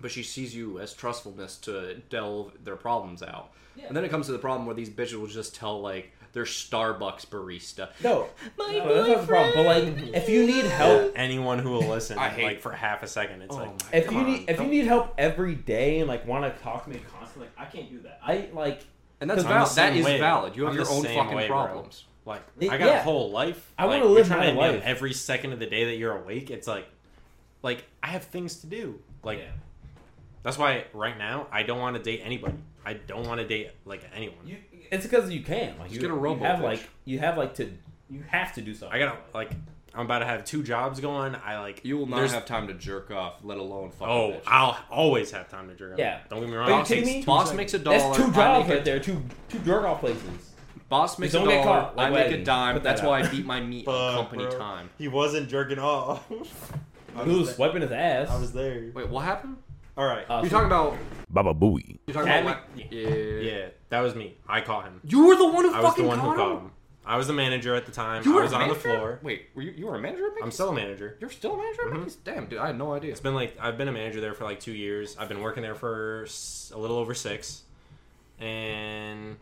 S1: but she sees you as trustfulness to delve their problems out. And then it comes to the problem where these bitches will just tell like their Starbucks barista.
S3: No,
S7: My
S3: No, that's not the problem. But like, if you need help,
S11: Anyone who will listen,
S1: I hate-
S11: like for half a second, it's like
S1: my
S3: if
S1: God.
S3: you need, if you need help every day and like want to talk to me,
S2: Constantly, like, I can't do that.
S3: I like,
S1: and that's
S3: I'm
S1: valid.
S11: the
S1: That
S11: same
S1: is
S11: way.
S1: valid. You have
S11: I'm
S1: your
S11: the
S1: own
S11: same
S1: fucking
S11: way, bro.
S1: problems.
S11: Like
S3: It-
S11: I got
S3: yeah.
S11: a whole life.
S3: I wanna
S11: Like, you're
S3: live
S11: trying
S3: my
S11: to be on
S3: life.
S11: Every second of the day that you're awake, it's like, like I have things to do. Like
S2: Yeah.
S11: that's why right now I don't want to date anybody. I don't want to date like anyone.
S3: you, it's because you can. Like,
S1: Just
S3: you,
S1: get a
S3: you
S1: robo
S3: have
S1: bitch.
S3: like, you have like to, you have to do something.
S11: I gotta like I'm about to have two jobs going. I like
S1: You will not
S11: there's-
S1: have time to jerk off, let alone fuck.
S11: Oh,
S1: a bitch.
S11: I'll always have time to jerk. off.
S3: Yeah.
S11: Don't get me
S3: Are you
S11: wrong.
S1: boss,
S3: kidding
S1: makes,
S3: me?
S1: boss makes a dollar.
S3: That's two
S1: I
S3: jobs
S1: make a-
S3: right there. Two two jerk off places.
S1: Boss makes a
S3: don't get
S1: dollar.
S3: caught, like
S1: I make a
S3: Waggy.
S1: dime.
S3: Put
S1: That's
S3: that
S1: why I
S3: out.
S1: beat my meat on
S11: Fuck,
S1: company
S11: bro.
S1: time.
S10: He wasn't jerking off. I
S3: He
S10: was
S3: was wiping his ass.
S10: I was there.
S1: Wait, what happened?
S10: All right.
S3: Uh,
S1: You're talking about.
S3: Baba Booey.
S1: You're talking
S11: Adam-
S1: about. Wa- Yeah.
S11: Yeah, that was me. I caught him.
S1: You were the one who
S11: I was
S1: fucking
S11: the one who
S1: caught him.
S11: caught him. I was the manager at the time.
S1: You were
S11: I was
S1: a
S11: on the
S1: manager?
S11: floor.
S1: Wait, were you, you were a manager at Mickey's?
S11: I'm still a manager.
S1: You're still a manager at
S11: Mhm.
S1: Mickey's? Damn, dude, I had no idea.
S11: It's been like I've been a manager there for like two years. I've been working there for s- a little over six, and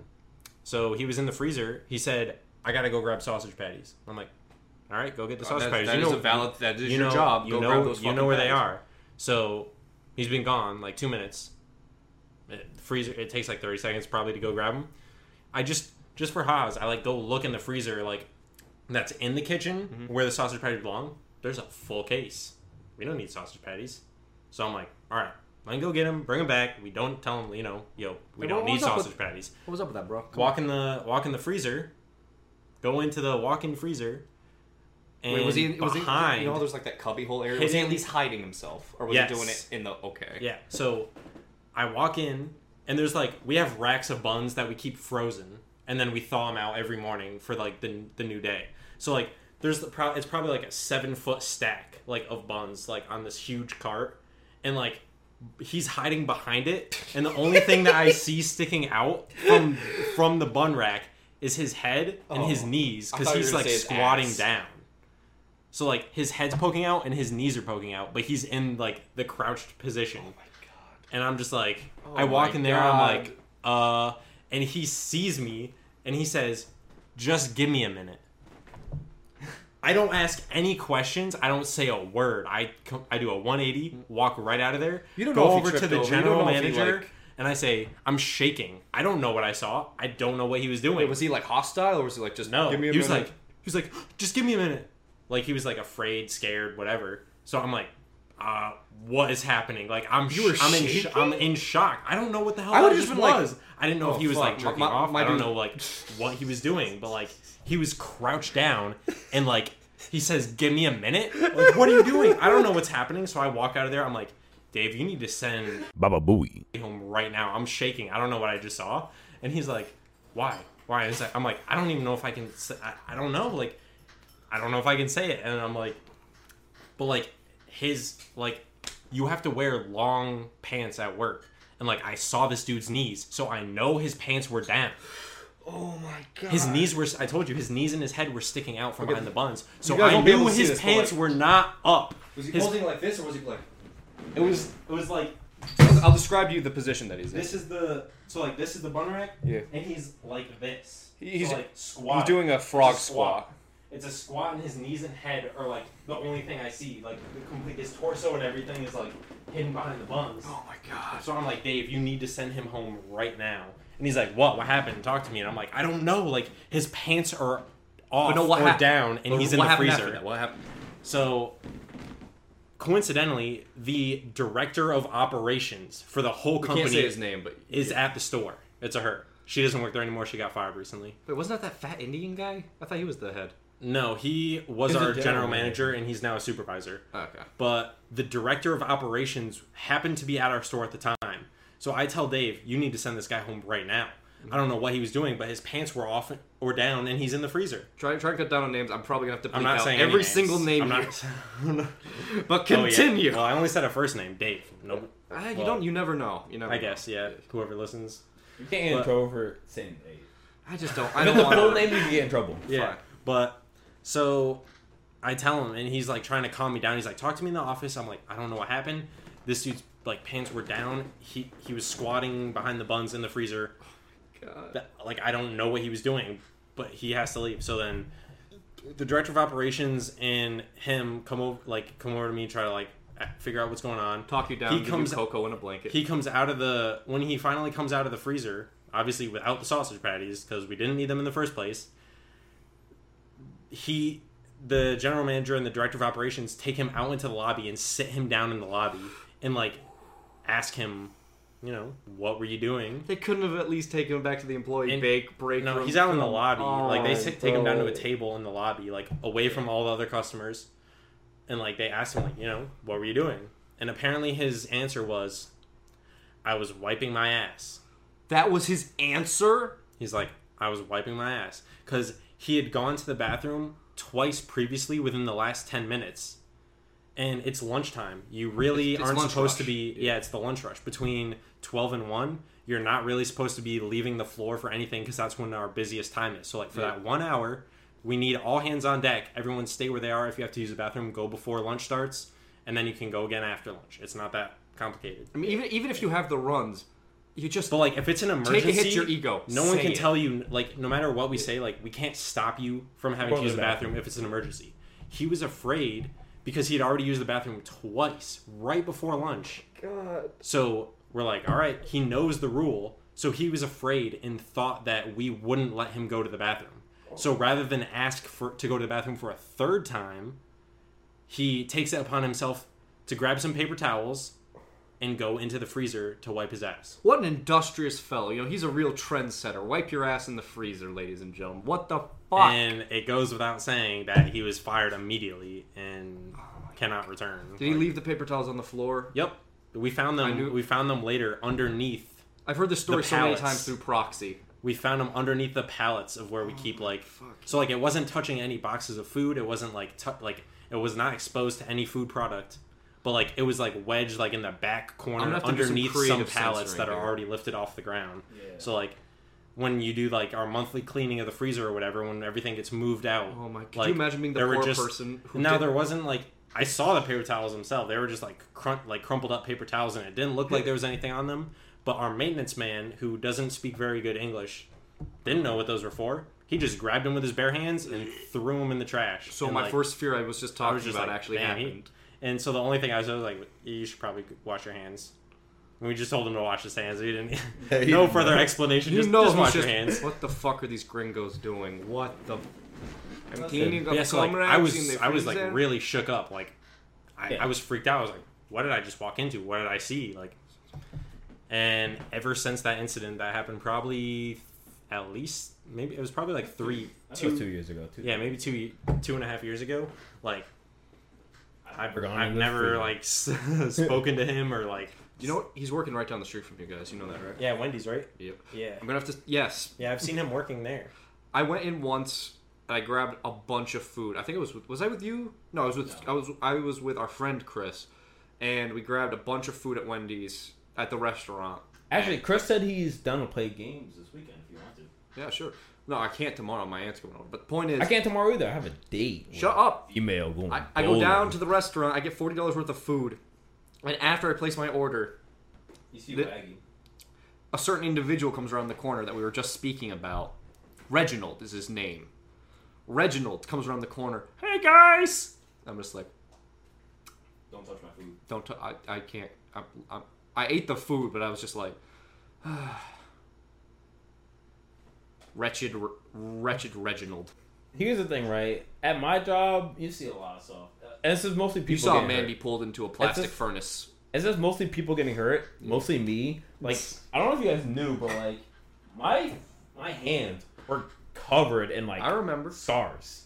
S11: so he was in the freezer. He said, "I gotta go grab sausage patties." I'm like, "All right, go get the sausage
S1: That-
S11: patties."
S1: Oh, that
S11: You
S1: is
S11: know-
S1: a valid. That is
S11: you
S1: your
S11: know,
S1: job.
S11: You
S1: Go
S11: know,
S1: grab those
S11: you know
S1: fucking
S11: where they
S1: bags.
S11: are. So he's been gone like two minutes. It, freezer. It takes like thirty seconds probably to go grab them. I just just for Haas, I like go look in the freezer like that's in the kitchen
S1: Mm-hmm.
S11: where the sausage patties belong. There's a full case. We don't need sausage patties. So I'm like, all right, let me go get them, bring them back. We don't tell them, you know, yo, we
S1: Hey,
S11: don't
S1: what
S11: need
S1: was up with-
S11: sausage patties
S1: What was up with that, bro? Come
S11: walk in the walk in the freezer, go into the walk-in freezer,
S1: on.
S11: and
S1: Wait, was he? in- Was he?
S11: behind,
S1: You know, there's like that cubbyhole area. Was he at
S11: Hidden-
S1: least hiding himself, or was
S11: Yes.
S1: he doing it in the okay?
S11: yeah. So I walk in, and there's like we have racks of buns that we keep frozen, and then we thaw them out every morning for like the the new day. So like there's the pro- it's probably like a seven foot stack like of buns like on this huge cart, and like. He's hiding behind it, and the only thing that
S1: [LAUGHS]
S11: I see sticking out from from the bun rack is his head and his
S1: Oh.
S11: knees
S1: I
S11: because
S1: thought you
S11: he's
S1: were gonna
S11: like
S1: say his
S11: squatting
S1: ass.
S11: down. So like his head's poking out and his knees are poking out, but he's in like the crouched position. And I'm just like,
S1: Oh
S11: I walk
S1: my
S11: in there, and I'm
S1: God.
S11: like, uh, and he sees me, and he says, "Just give me a minute." I don't ask any questions. I don't say a word. I co- I do a 180, walk right out of there.
S1: You don't
S11: go
S1: know if he
S11: over to
S1: tripped
S11: the
S1: over. You
S11: general
S1: don't know if he,
S11: manager,
S1: like-
S11: and I say, "I'm shaking. I don't know what I saw. I don't know what he was doing."
S1: Wait, was he like hostile, or was he like just
S11: No,
S1: Give me a
S11: he was
S1: minute"?
S11: like, he was like, just give me a minute. Like he was like afraid, scared, whatever. So I'm like, uh, what is happening? Like I'm,
S1: You were
S11: sh- I'm in, sh-
S1: shaking?
S11: I'm in shock. I don't know what the hell.
S1: I
S11: I
S1: would've
S11: just
S1: just been like,
S11: was. I didn't know
S1: "Oh,
S11: if he was like
S1: fuck, my-
S11: jerking
S1: my-
S11: off.
S1: my
S11: I don't
S1: dude-
S11: know like what he was doing, but like he was crouched down and like he says, give me a minute. Like what are you doing? I don't know what's happening. So I walk out of there. I'm like, Dave, you need to send
S3: Baba Booey.
S11: home right now. I'm shaking. I don't know what I just saw. And he's like, why? Why? And it's like, I'm like, I don't even know if I can, s- I, I don't know. Like, I don't know if I can say it. And I'm like, but like his, like, you have to wear long pants at work. and like I saw this dude's knees, so I know his pants were down.
S1: Oh my god.
S11: His knees were I told you his knees and his head were sticking out from
S1: Okay.
S11: behind the buns. So
S1: guys
S11: I
S1: won't be
S11: knew
S1: able to see
S11: his
S1: this, but,
S11: pants
S1: like-
S11: were not up.
S1: Was he
S11: His-
S1: holding like this, or was he like?
S10: It was it was like
S1: I'll I'll describe to you the position that he's in.
S10: this is the so like this is the bun rack.
S1: Yeah.
S10: And he's like this.
S1: He- he's-
S10: so like squat.
S1: He's doing a frog
S10: It's a
S1: squat.
S10: squat. It's a squat, and his knees and head are like the only thing I see. Like the complete his torso and everything is like hidden behind the buns.
S1: Oh my god.
S11: So I'm like, Dave, you need to send him home right now. And he's like, What? What happened? Talk to me. And I'm like, I don't know. Like his pants are off
S1: But no, what
S11: or
S1: happened?
S11: down, and
S1: But
S11: he's in
S1: what
S11: the
S1: happened
S11: freezer.
S1: after that? What happened?
S11: So, coincidentally, the director of operations for the whole
S1: We can't say
S11: company
S1: his name, but
S11: is at the store. It's a her. She doesn't work there anymore. She got fired recently.
S1: wait, wasn't that that fat Indian guy? I thought he was the head.
S11: No, he was
S10: He's a
S11: our
S10: general
S11: general manager, and he's now a supervisor.
S1: Okay.
S11: But the director of operations happened to be at our store at the time. So I tell Dave, you need to send this guy home right now. I don't know what he was doing, but his pants were off or down, and he's in the freezer.
S1: Try try and cut down on names. I'm probably gonna have to.
S11: I'm
S1: bleep
S11: not
S1: out
S11: saying any
S1: every
S11: names.
S1: single name.
S11: I'm
S1: here.
S11: not.
S1: But
S11: [LAUGHS] Oh, yeah.
S1: continue.
S11: Well, I only said a first name, Dave. Nope.
S1: Ah, you
S11: well,
S1: don't. You never know. You never.
S11: I
S1: know.
S11: guess, yeah. Whoever listens.
S2: You can't get in
S11: But-
S2: trouble for saying name.
S1: I just don't. I
S2: But
S1: don't
S2: the
S1: want
S2: full name, you can get in trouble.
S11: Yeah.
S1: Fine.
S11: But so I tell him, and he's like trying to calm me down. He's like, "Talk to me in the office." I'm like, "I don't know what happened. This dude's like pants were down. He he was squatting behind the buns in the freezer.
S1: God.
S11: That, like I don't know what he was doing, but he has to leave. So then the director of operations and him come over like come over to me try to like a- figure out what's going on.
S1: Talk you down.
S11: He
S1: give
S11: comes-
S1: you cocoa in a blanket.
S11: He comes out of the when he finally comes out of the freezer, obviously without the sausage patties because we didn't need them in the first place. He, the general manager and the director of operations take him out into the lobby and sit him down in the lobby and like ask him, you know, what were you doing?
S1: they couldn't have at least taken him back to the employee
S11: And-
S1: bake break
S11: No,
S1: room.
S11: he's out in the lobby.
S1: Oh,
S11: like they sit, take him down to a
S1: bro.
S11: table in the lobby, like away from all the other customers, and like they ask him, like, you know, what were you doing? And apparently his answer was, "I was wiping my ass."
S1: That was his answer.
S11: He's like, I was wiping my ass because he had gone to the bathroom twice previously within the last ten minutes, and it's lunchtime. You really
S1: It's- it's
S11: aren't
S1: lunch
S11: supposed to
S1: rush.
S11: be. Yeah, it's the lunch rush between twelve and one. You're not really supposed to be leaving the floor for anything because that's when our busiest time is. So like for
S1: Yeah.
S11: that one hour, we need all hands on deck. Everyone stay where they are. If you have to use the bathroom, go before lunch starts, and then you can go again after lunch. It's not that complicated.
S1: I mean, even even if you have the runs, you just
S11: But like, if it's an
S1: take
S11: emergency,
S1: a hit your ego.
S11: no one
S1: Say
S11: can
S1: it.
S11: tell you, like, no matter what we say, like, we can't stop you from having
S2: Go
S11: to
S2: to
S11: use
S2: the
S11: the bathroom if it's an emergency. He was afraid because he had already used the bathroom twice right before lunch.
S1: God.
S11: So we're like, all right, he knows the rule. So he was afraid and thought that we wouldn't let him go to the bathroom. So rather than ask for to go to the bathroom for a third time, he takes it upon himself to grab some paper towels and go into the freezer to wipe his ass.
S1: What an industrious fellow. You know, he's a real trendsetter. Wipe your ass in the freezer, ladies and gentlemen. What the fuck?
S11: And it goes without saying that he was fired immediately and cannot return.
S1: Oh Did he leave the paper towels on the floor?
S11: Yep. We found
S1: I
S11: them.
S1: knew-
S11: We found them later underneath.
S1: I've heard this story
S11: The
S1: so many
S11: pallets.
S1: times through proxy.
S11: We found them underneath the pallets of
S1: Oh
S11: where we keep like. So like it wasn't touching any boxes of food. It wasn't like tou like it was not exposed to any food product. But like it was like wedged like in the back
S1: gonna
S11: corner
S1: have to do some
S11: underneath some,
S1: creative
S11: pallets
S1: censoring
S11: that are
S1: here.
S11: already lifted off the ground.
S2: Yeah.
S11: So like when you do like our monthly cleaning of the freezer or whatever, when everything gets moved out.
S1: Oh my! Could
S11: like,
S1: you imagine being the
S11: there were
S1: poor
S11: just-
S1: person who
S11: No,
S1: did-
S11: there wasn't like I saw the paper towels themselves. They were just like crun- like crumpled up paper towels, and it didn't look like there was anything on them. But our maintenance man, who doesn't speak very good English, didn't know what those were for. He just grabbed them with his bare hands and threw them in the trash.
S1: So
S11: And,
S1: my
S11: like,
S1: first fear I was just
S11: I
S1: talking
S11: was just
S1: about
S11: like,
S1: actually
S11: "Man, he-"
S1: happened.
S11: And so the only thing I was, I was like, you should probably wash your hands. And we just told him to wash his hands. He
S1: [LAUGHS]
S11: didn't.
S10: he
S11: [LAUGHS] no
S10: didn't
S11: further explanation.
S1: you
S11: Just,
S1: know,
S11: just
S1: who's
S11: wash your
S1: just-
S11: hands.
S1: What the fuck are these gringos doing? What the? I'm
S2: Nothing.
S1: cleaning up
S11: yeah, so like, I
S1: comrades in
S11: was
S1: the
S11: I was like
S1: freezer.
S11: really shook up. Like I,
S2: Yeah.
S11: I was freaked out. I was like, what did I just walk into? What did I see? Like and ever since that incident that happened probably at least maybe it was probably like three
S2: Two,
S11: two
S2: two years ago. Two,
S11: yeah, maybe two two and a half years ago. Like I've,
S2: Gone
S11: I've
S2: into the
S11: never
S2: freezer.
S11: like s- [LAUGHS] spoken to him or like
S1: You know what? He's working right down the street from you guys. You know that, right?
S11: yeah, Wendy's right.
S1: Yep.
S11: Yeah,
S1: I'm gonna have to. Yes,
S11: yeah, I've seen him working there.
S1: I went in once and I grabbed a bunch of food. I think it was with, was I with you? No, I was with I was I was with our friend Chris, and we grabbed a bunch of food at Wendy's at the restaurant.
S3: Actually, Chris said he's done to play games this weekend if you want to.
S1: Yeah, sure. No, I can't tomorrow. My aunt's going over. But the point is,
S3: I can't tomorrow either. I have a date. with
S1: shut up.
S3: Email going.
S1: I, I go
S3: bowling.
S1: down to the restaurant. I get forty dollars worth of food, and after I place my order,
S2: You see
S1: The-
S2: Waggy.
S1: a certain individual comes around the corner that we were just speaking about. Reginald is his name. Reginald comes around the corner. Hey guys! I'm just like,
S2: Don't touch my food.
S1: don't. T- I I can't. I, I I ate the food, but I was just like, [SIGHS] wretched, Re- wretched Reginald.
S3: Here's the thing, right? At my job, you see a lot of stuff. And this is mostly people.
S1: You saw a
S3: getting
S1: man
S3: hurt.
S1: be pulled into a plastic
S3: just-
S1: furnace.
S3: It's just mostly people getting hurt, mostly me. Like I don't know if you guys knew, but like my my hands were covered in like
S1: I remember.
S3: SARS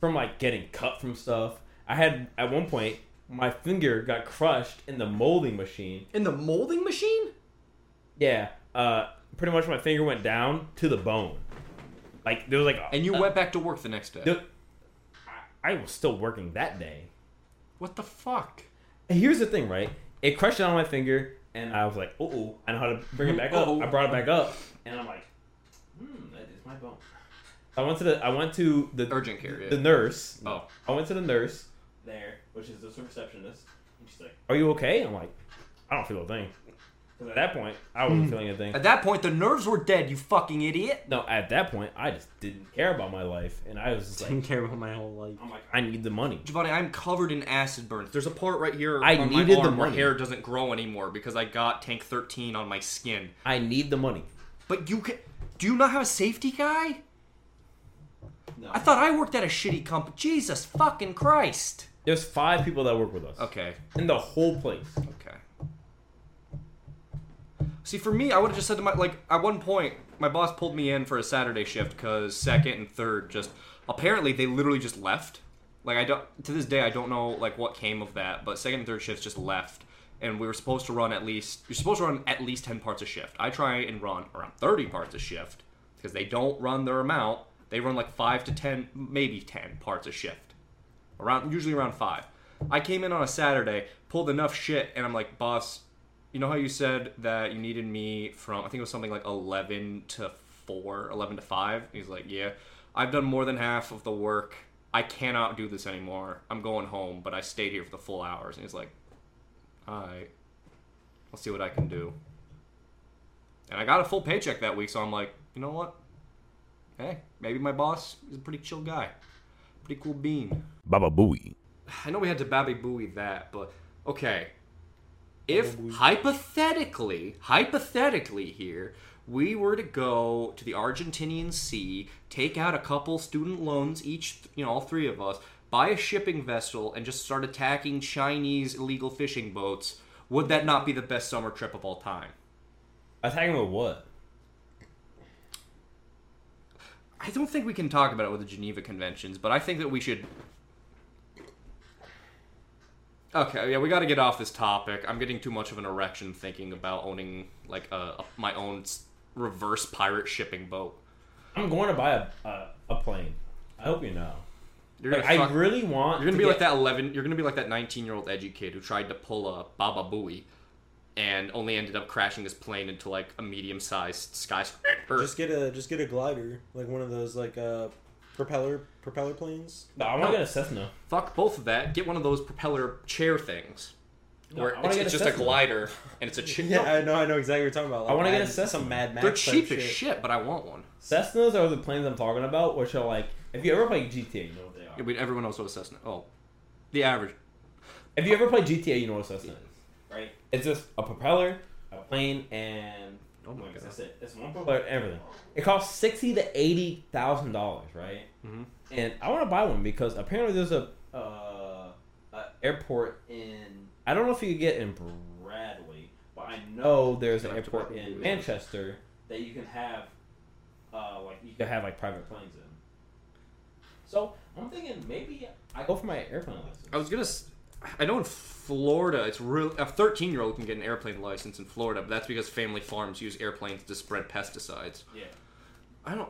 S3: from like getting cut from stuff. I had at one point my finger got crushed in the molding machine.
S1: In the molding machine?
S3: Yeah, uh, pretty much my finger went down to the bone. Like there was like a-
S1: And you
S3: uh,
S1: went back to work the next day.
S3: there- I, I was still working that day.
S1: what the fuck?
S3: And here's the thing, right? It crushed it on my finger, and I was like, "Oh, oh!" I know how to bring it back up.
S1: Uh-oh.
S3: I brought it back up, and I'm like,
S2: Hmm, that is my bone.
S3: I went to the, I went to the
S1: Urgent care, yeah.
S3: the nurse.
S1: Oh.
S3: I went to the nurse.
S2: There, which is this receptionist. And she's like,
S3: Are you okay? I'm like, I don't feel a thing. 'Cause at that point, I wasn't feeling a thing.
S1: At that point, the nerves were dead, you fucking idiot.
S3: No, at that point, I just didn't care about my life, and I was just
S7: Didn't
S3: like,
S7: care about my whole life.
S2: I'm like,
S3: I need the money.
S1: Giovanni, I'm covered in acid burns. There's a part right here
S3: I
S1: on
S3: needed the
S1: my arm where
S3: money.
S1: hair doesn't grow anymore because I got tank 13 on my skin.
S3: I need the money.
S1: But you can. Do you not have a safety guy?
S2: no.
S1: I thought I worked at a shitty company. Jesus fucking Christ.
S3: There's five people that work with us
S1: Okay.
S3: in the whole place.
S1: Okay. See, for me, I would have just said to my like at one point, my boss pulled me in for a Saturday shift because second and third just apparently they literally just left. Like I don't to this day I don't know like what came of that, but second and third shifts just left, and we were supposed to run at least you're supposed to run at least ten parts a shift. I try and run around thirty parts a shift because they don't run their amount. They run like five to ten, maybe ten parts a shift around usually around five. I came in on a Saturday, pulled enough shit, and I'm like, boss, you know how you said that you needed me from I think it was something like eleven to four, eleven to five. He's like, yeah, I've done more than half of the work. I cannot do this anymore. I'm going home, but I stayed here for the full hours. And he's like, all right, I'll see what I can do. And I got a full paycheck that week, so I'm like, you know what? Hey, maybe my boss is a pretty chill guy, pretty cool bean.
S14: Baba Booey.
S1: I know we had to Babby Booey that, but okay. If hypothetically, hypothetically here, we were to go to the Argentinian Sea, take out a couple student loans each, you know, all three of us, buy a shipping vessel, and just start attacking Chinese illegal fishing boats, would that not be the best summer trip of all time?
S3: Attacking with what?
S1: I don't think we can talk about it with the Geneva Conventions, but I think that we should. Okay, yeah, we got to get off this topic. I'm getting too much of an erection thinking about owning like a, a- my own s- reverse pirate shipping boat.
S3: I'm going to buy a a, a plane. I hope you know.
S1: You're gonna,
S3: Like, I
S1: fuck-
S3: really want.
S1: you're gonna
S3: to
S1: be
S3: get-
S1: like that eleven. You're gonna be like that 19 year old edgy kid who tried to pull a Baba Booey, and only ended up crashing his plane into like a medium sized skyscraper.
S10: Just get a just get a glider, like one of those like uh propeller propeller planes.
S3: No, I want to get a Cessna.
S1: Fuck both of that. Get one of those propeller chair things. where
S3: I wanna
S1: it's,
S3: get
S1: it's
S3: a
S1: just a
S3: Cessna.
S1: glider
S10: [LAUGHS]
S1: and it's a chair.
S10: Yeah, I know, I know exactly what you're talking about.
S3: I wanna get a
S10: Mad-
S3: Cessna.
S10: some Mad Max.
S1: They're
S10: type
S1: cheap as shit, but I want one.
S3: Cessnas are the planes I'm talking about, which are like if you ever play GTA, you know what they
S1: Yeah,
S3: are.
S1: but everyone knows what a Cessna. Oh, the average.
S3: If you ever play GTA, you know what a Cessna is.
S2: right?
S3: It's just a propeller, a plane, and
S1: Oh my god.
S2: That's it. It's one
S3: propeller, everything. It costs sixty to eighty thousand dollars, right?
S1: Mhm.
S3: And I want to buy one because apparently there's a, uh, a airport in I don't know if you could get in Bradley, but I know there's an
S1: Gonna have to
S3: airport
S1: buy-
S3: in Manchester
S2: that you can have, uh, like you
S3: that
S2: can have
S3: have like private planes.
S2: planes in. So I'm thinking maybe
S3: I go for my airplane license.
S1: I was gonna. s- I know in Florida, it's real. A thirteen-year-old can get an airplane license in Florida, but that's because family farms use airplanes to spread pesticides.
S2: Yeah.
S1: I don't.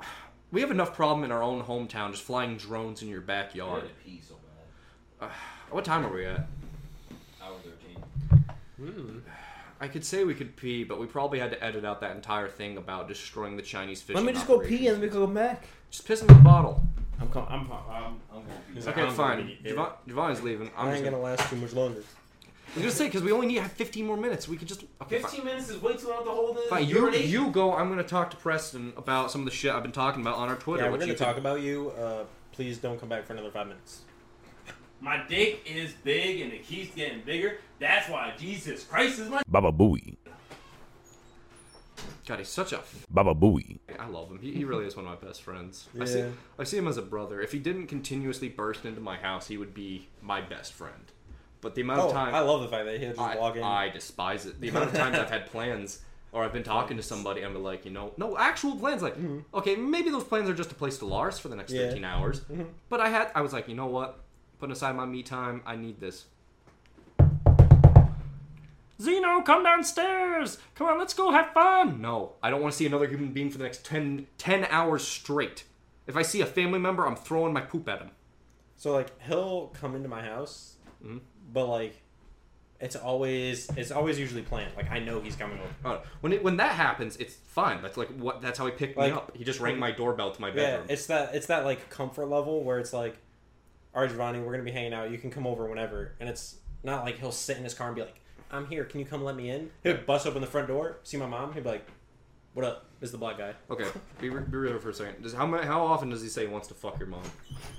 S1: We have enough problem in our own hometown just flying drones in your
S2: I had
S1: backyard.
S2: to pee so bad.
S1: What time are we at? Hmm.
S2: Hour thirteen.
S1: I I could say we could pee, but we probably had to edit out that entire thing about destroying the Chinese fish.
S3: Let me just go pee and let me go back.
S1: just piss in the bottle.
S3: I'm com- I'm I'm, I'm, I'm going pee.
S1: Okay, fine. Devon, Devon's leaving. I'm
S11: I
S1: just
S11: ain't
S1: gonna,
S11: gonna last too much longer.
S1: I'm gonna say because we only need have 15 more minutes. We could just okay, fine.
S2: 15 minutes is way too long to hold in.
S1: Fine, you
S2: urination.
S1: you go. I'm gonna talk to Preston about some of the shit I've been talking about on our Twitter.
S11: Yeah, we're
S1: which
S11: gonna
S1: you can-
S11: talk about you. Uh, please don't come back for another five minutes.
S2: My dick is big and it keeps getting bigger. That's why Jesus Christ is my.
S15: Baba Booey.
S1: God, he's such a. F-
S15: Baba Booey.
S1: I love him. He, he really is one of my best friends. I see
S11: Yeah.
S1: I see him as a brother. If he didn't continuously burst into my house, he would be my best friend. But the amount
S11: Oh,
S1: of time
S11: I love the fact that he'll just
S1: I,
S11: log in.
S1: I despise it. The amount of times I've had plans or I've been talking to somebody and I'm like, you know, no actual plans. Like, okay, maybe those plans are just to play Stellaris for the next
S11: Mm-hmm. Yeah.
S1: 13
S11: Mm-hmm.
S1: hours. But I had, I was like, you know what? Putting aside my me time, I need this. Zeno, come downstairs. Come on, let's go have fun. No, I don't want to see another human being for the next 10, 10 hours straight. If I see a family member, I'm throwing my poop at him.
S11: So like he'll come into my house, but like it's always it's always usually planned. Like I know he's coming over.
S1: Uh, When it, when that happens, it's fine. That's like what. That's how he picked
S11: Like-
S1: me up. He just rang my doorbell to my
S11: Yeah,
S1: bedroom.
S11: it's that it's that like comfort level where it's like, all right, Giovanni, we're gonna be hanging out. You can come over whenever, and it's not like he'll sit in his car and be like, "I'm here. Can you come let me in?" He'll bust open the front door, see my mom. He'll be like, "What up?" Is the black guy?
S1: Okay, be, re- be real for a second. Does, how mu- how often does he say he wants to fuck your mom?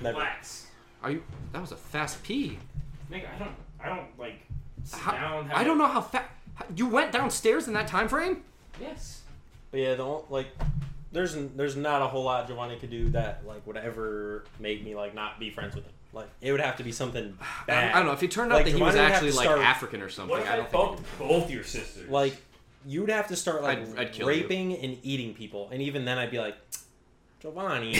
S11: Never.
S2: Wax.
S1: Are you? That was a fast pee.
S2: Nigga, I don't. I don't like. Sit
S1: How,
S2: down. Have
S1: I
S2: a-
S1: don't know how fast. You went downstairs in that time frame?
S2: Yes.
S11: But yeah, the on- like there's there's not a whole lot Giovanni could do that like would ever make me like not be friends with him. Like it would have to be something
S1: I,
S11: bad.
S1: I don't know. If it turned out
S11: Like,
S1: that he was
S11: Giovanni would have
S1: actually
S11: to
S1: like
S11: start-
S1: African or something,
S2: What if
S1: I
S2: I,
S1: don't think.
S2: fucked both your sisters?
S11: [LAUGHS] Like you'd have to start like
S1: I'd- I'd kill you.
S11: raping and eating people, and even then I'd be like, Giovanni,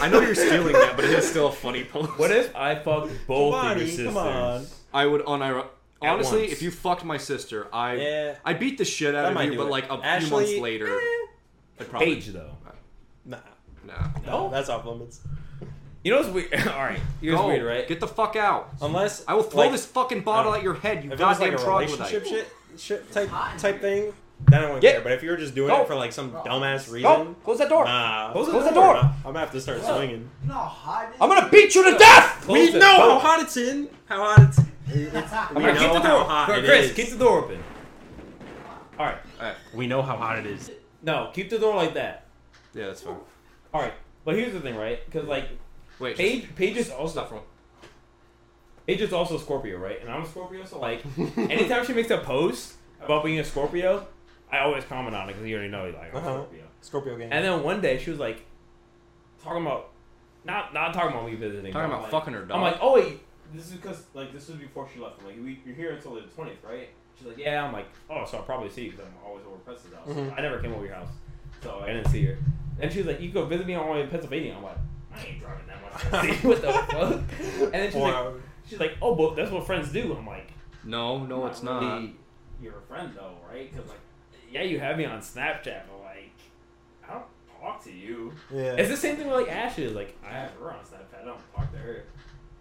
S1: I
S2: [LAUGHS]
S1: know you're stealing that, but it is still a funny post.
S3: What if I fucked
S11: [LAUGHS]
S3: both of your
S11: Giovanni,
S3: sisters?
S11: come on.
S1: I would on honestly,
S3: once.
S1: if you fucked my sister, I
S11: Yeah.
S1: I beat the shit out
S11: That
S1: of
S11: might
S1: you,
S11: do
S1: but
S11: it.
S1: like a
S11: Ashley- eh.
S1: few months later, I'd probably
S3: Paige though.
S11: Nah,
S1: nah.
S11: no, that's off limits.
S3: You know what's [LAUGHS] weird? All right, here's
S1: Go.
S3: weird, right?
S1: Get the fuck out.
S11: Unless
S1: I will throw
S11: like,
S1: this fucking bottle
S11: no.
S1: at your head, you
S11: if it was
S1: goddamn
S11: like a
S1: troglodyte.
S11: relationship shit, shit type type thing. Then I wouldn't
S3: Get-
S11: care. But if you were just doing
S3: Go.
S11: it for like some dumbass reason,
S3: Go, close that door.
S11: nah,
S3: Close the door.
S11: I'm gonna have to start swinging.
S3: I'm gonna beat you to death.
S11: We know how hot it's in. How hot it's.
S3: I'm
S11: We
S3: gonna keep
S11: know
S3: the
S11: how
S3: door.
S11: hot
S3: Chris,
S11: it
S3: Chris,
S11: is.
S3: keep the door open. All right,
S7: We know how hot it is.
S3: no, keep the door like that.
S1: Yeah, that's fine.
S3: All right, but here's the thing, right? Because like
S1: Wait,
S3: Paige, Paige is also
S1: stuff wrong.
S3: Paige is also Scorpio, right? And I'm a Scorpio, so like anytime she makes a post about being a Scorpio, I always comment on it because you already know like I'm a
S11: Uh-huh.
S3: Scorpio.
S11: Scorpio game.
S3: And then one day she was like talking about not not talking about me visiting.
S1: Talking about
S3: but I'm like,
S1: fucking her dog.
S3: I'm like, oh wait,
S2: This is because like this was before she left. I'm like we, you're here until the twentieth, right? She's like, yeah.
S3: yeah. I'm like, oh, so I'll probably see you because I'm always over at Preston's house. I never came over your house, so I didn't see her. And she was like, you can go visit me on my way to Pennsylvania. I'm like,
S2: I ain't driving that much.
S3: see [LAUGHS] what the fuck? And then she's
S11: Or
S3: like, she's like, oh, but that's what friends do. I'm like,
S1: no, no, it's not.
S3: really.
S2: You're a friend though, right? Because like
S3: yeah, you have me on Snapchat, but like,
S2: I don't talk to you.
S11: yeah.
S3: it's the same thing with like Ashley. Like,
S2: I have her on Snapchat. I don't talk to her.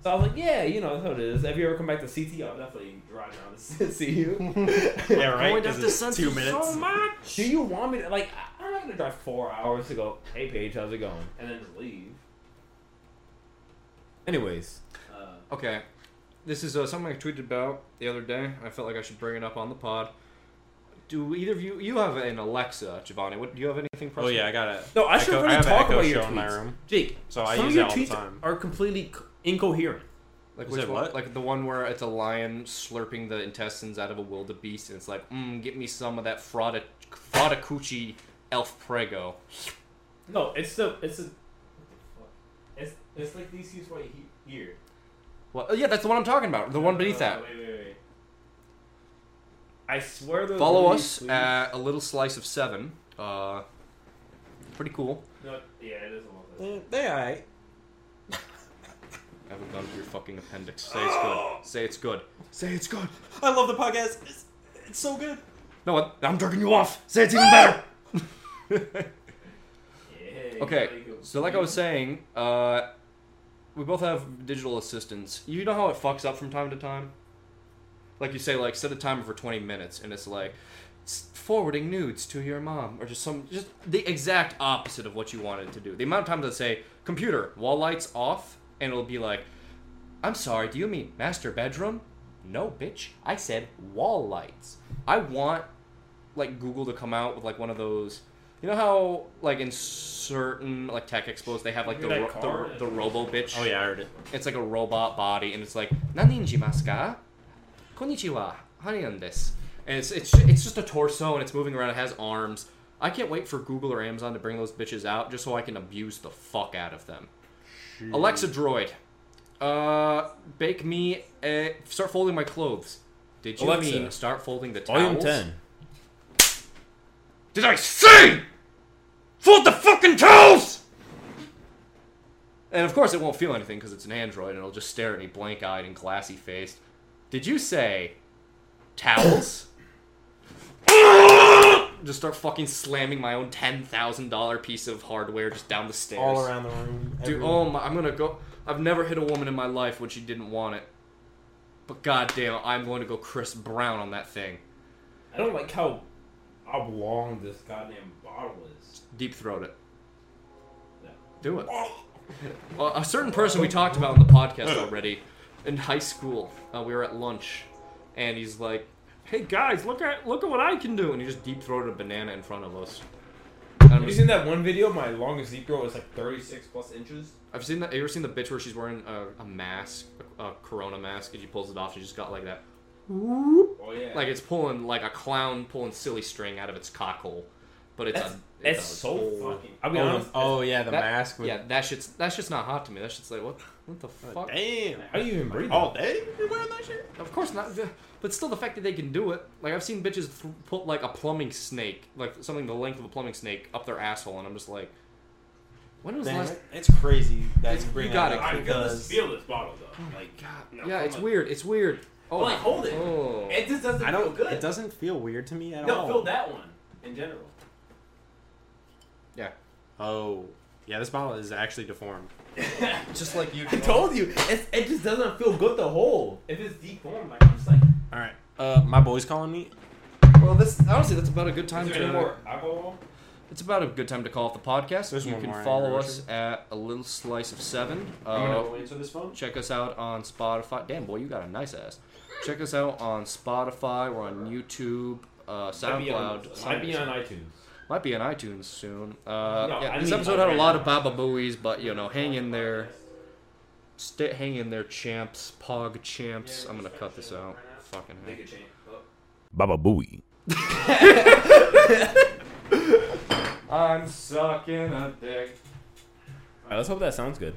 S3: so I was like, yeah, you know, that's how it is. Have you ever come back to Oh,
S2: I'll
S3: CTO?
S2: definitely drive around this.
S3: to [LAUGHS] see you? [LAUGHS]
S11: yeah, right.
S1: Going up
S11: 'Cause
S1: to
S11: it's
S1: Sunset
S11: two minutes.
S1: so much.
S3: do you want me to like? I- I'm not gonna drive four hours to go. Hey, Paige, how's it going?
S2: and then just leave.
S3: Anyways,
S2: Uh,
S1: Okay, this is uh, something I tweeted about the other day. I felt like I should bring it up on the pod. Do either of you? You have an Alexa, Giovanni. What do you have anything?
S7: Oh
S1: Preston?
S7: yeah, I got it.
S3: no, I should
S7: Echo- I
S3: really
S7: have an
S3: talk
S7: Echo
S3: about your
S7: Show
S3: tweets.
S7: in my room.
S3: Jake,
S7: So I
S3: some
S7: use
S3: of your
S7: that all the
S3: tweets
S7: time.
S3: are completely c- incoherent.
S1: Like
S7: Is
S1: which
S7: it
S1: one?
S7: what?
S1: Like the one where it's a lion slurping the intestines out of a wildebeest, and it's like, mm, get me some of that frauda, fraudacucci elf prego.
S3: No, it's the it's the
S2: it's it's like these seats right he- here.
S1: Well, oh, yeah, that's the one I'm talking about. The one beneath
S2: Uh,
S1: that.
S2: Wait, wait, wait.
S3: I swear those
S1: Follow
S3: movies,
S1: us
S3: please.
S1: at a little slice of seven. Uh, pretty cool.
S2: No, yeah, it is a little bit.
S11: They, they alright.
S1: I haven't gone to your fucking appendix. Say it's [GASPS] good. Say it's good. Say it's good.
S11: I love the podcast. It's, it's so good.
S1: No, what? I'm jerking you off. Say it's even better.
S2: Yeah.
S1: Okay, so like I was saying, uh, we both have digital assistants. You know how it fucks up from time to time. like you say, like set a timer for 20 minutes, and it's like "S- forwarding nudes to your mom, or just some, just the exact opposite of what you wanted to do. The amount of times I say, computer, wall lights off, and it'll be like, I'm sorry, do you mean master bedroom? No, bitch. I said wall lights. I want like Google to come out with like one of those. You know how like in certain like tech expos they have like the
S2: That
S1: ro-
S2: car?
S1: the, the robo bitch.
S11: Oh yeah, I heard it.
S1: It's like a robot body, and it's like naninji maska, konnichiwa, this. And it's it's it's just a torso, and it's moving around. It has arms. I can't wait for Google or Amazon to bring those bitches out, just so I can abuse the fuck out of them. Alexa droid, uh, bake me a start folding my clothes. Did you
S3: Alexa,
S1: mean start folding the towels?
S3: Volume 10.
S1: Did I say? Fold the fucking towels! And of course, it won't feel anything because it's an android, and it'll just stare at me blank eyed and glassy faced. Did you say towels? just start fucking slamming my own $10,000 piece of hardware just down the stairs.
S10: all around the room.
S1: Dude,
S10: everywhere.
S1: oh my, I'm gonna go. I've never hit a woman in my life when she didn't want it. But goddamn, I'm going to go Chris Brown on that thing.
S3: I don't like how oblong this goddamn bottle is.
S1: Deep throat it.
S3: No.
S1: Do it. Well, a certain person we talked about on the podcast already in high school. Uh, we were at lunch, and he's like, "Hey guys, look at look at what I can do!" And he just deep throated a banana in front of us. And I'm
S3: Have you
S1: just-
S3: seen that one video? My longest deep throat was like 36 plus inches.
S1: I've seen that. You ever seen the bitch where she's wearing a, a mask, a, a Corona mask, and she pulls it off? She just got like that,
S2: Oh yeah.
S1: like it's pulling like a clown pulling silly string out of its cockhole, but it's
S3: That's-
S1: a
S3: That's
S1: it's a
S3: so
S1: whole-
S3: fucking. I'll be
S11: Oh,
S3: honest.
S11: the, oh yeah, the
S1: That-
S11: mask. With,
S1: Yeah, that shit's that's just not hot to me. That shit's like what what the
S2: Oh,
S1: fuck?
S11: Damn.
S3: How do you even breathe?
S11: All day you're wearing that shit.
S1: Of course not. But still, the fact that they can do it. Like, I've seen bitches th- put, like, a plumbing snake, like, something the length of a plumbing snake up their asshole, and I'm just like, when was the
S10: Damn,
S1: last.
S10: it- it's crazy that
S1: It's-
S10: you bring
S1: you
S10: that
S1: gotta
S10: up
S2: I can
S10: because
S2: feel this bottle though. Like
S1: God.
S2: no,
S1: yeah,
S2: come
S1: it's
S2: on.
S1: weird. It's weird. Oh,
S2: like, hold it.
S1: Oh.
S2: It just doesn't
S10: I don't.
S2: feel good.
S10: It doesn't feel weird to me at
S2: No,
S10: all.
S2: feel that one in general.
S1: Yeah.
S11: Oh yeah, this bottle is actually deformed.
S1: Just like you.
S3: I told you. It's, it just doesn't feel good to hold.
S2: If it's deformed, like I'm just like.
S11: All right. Uh, my boy's calling me.
S1: Well, this honestly, that's about a good time
S2: Is there any
S1: to.
S2: more alcohol?
S1: It's about a good time to call off the podcast.
S11: There's
S1: you
S11: one
S1: can
S11: more,
S1: follow
S11: Andrew
S1: us at a little slice of seven.
S10: I'm
S1: Uh,
S10: gonna go answer this phone.
S1: Check us out on Spotify. Damn, boy, you got a nice ass. Check us out on Spotify. We're on YouTube, uh,
S3: Might be on-
S1: SoundCloud.
S3: Might be on iTunes.
S1: Might be on iTunes soon. Uh,
S3: No,
S1: yeah,
S3: I
S1: this
S3: mean-
S1: episode had a lot of Baba Booey's, but you know, hang in there, stay, hang in there, champs, pog champs. I'm gonna cut this out. Fucking hell.
S2: Nigga change. Oh.
S14: Baba Booey.
S1: I'm sucking a dick.
S3: All right, let's hope that sounds good.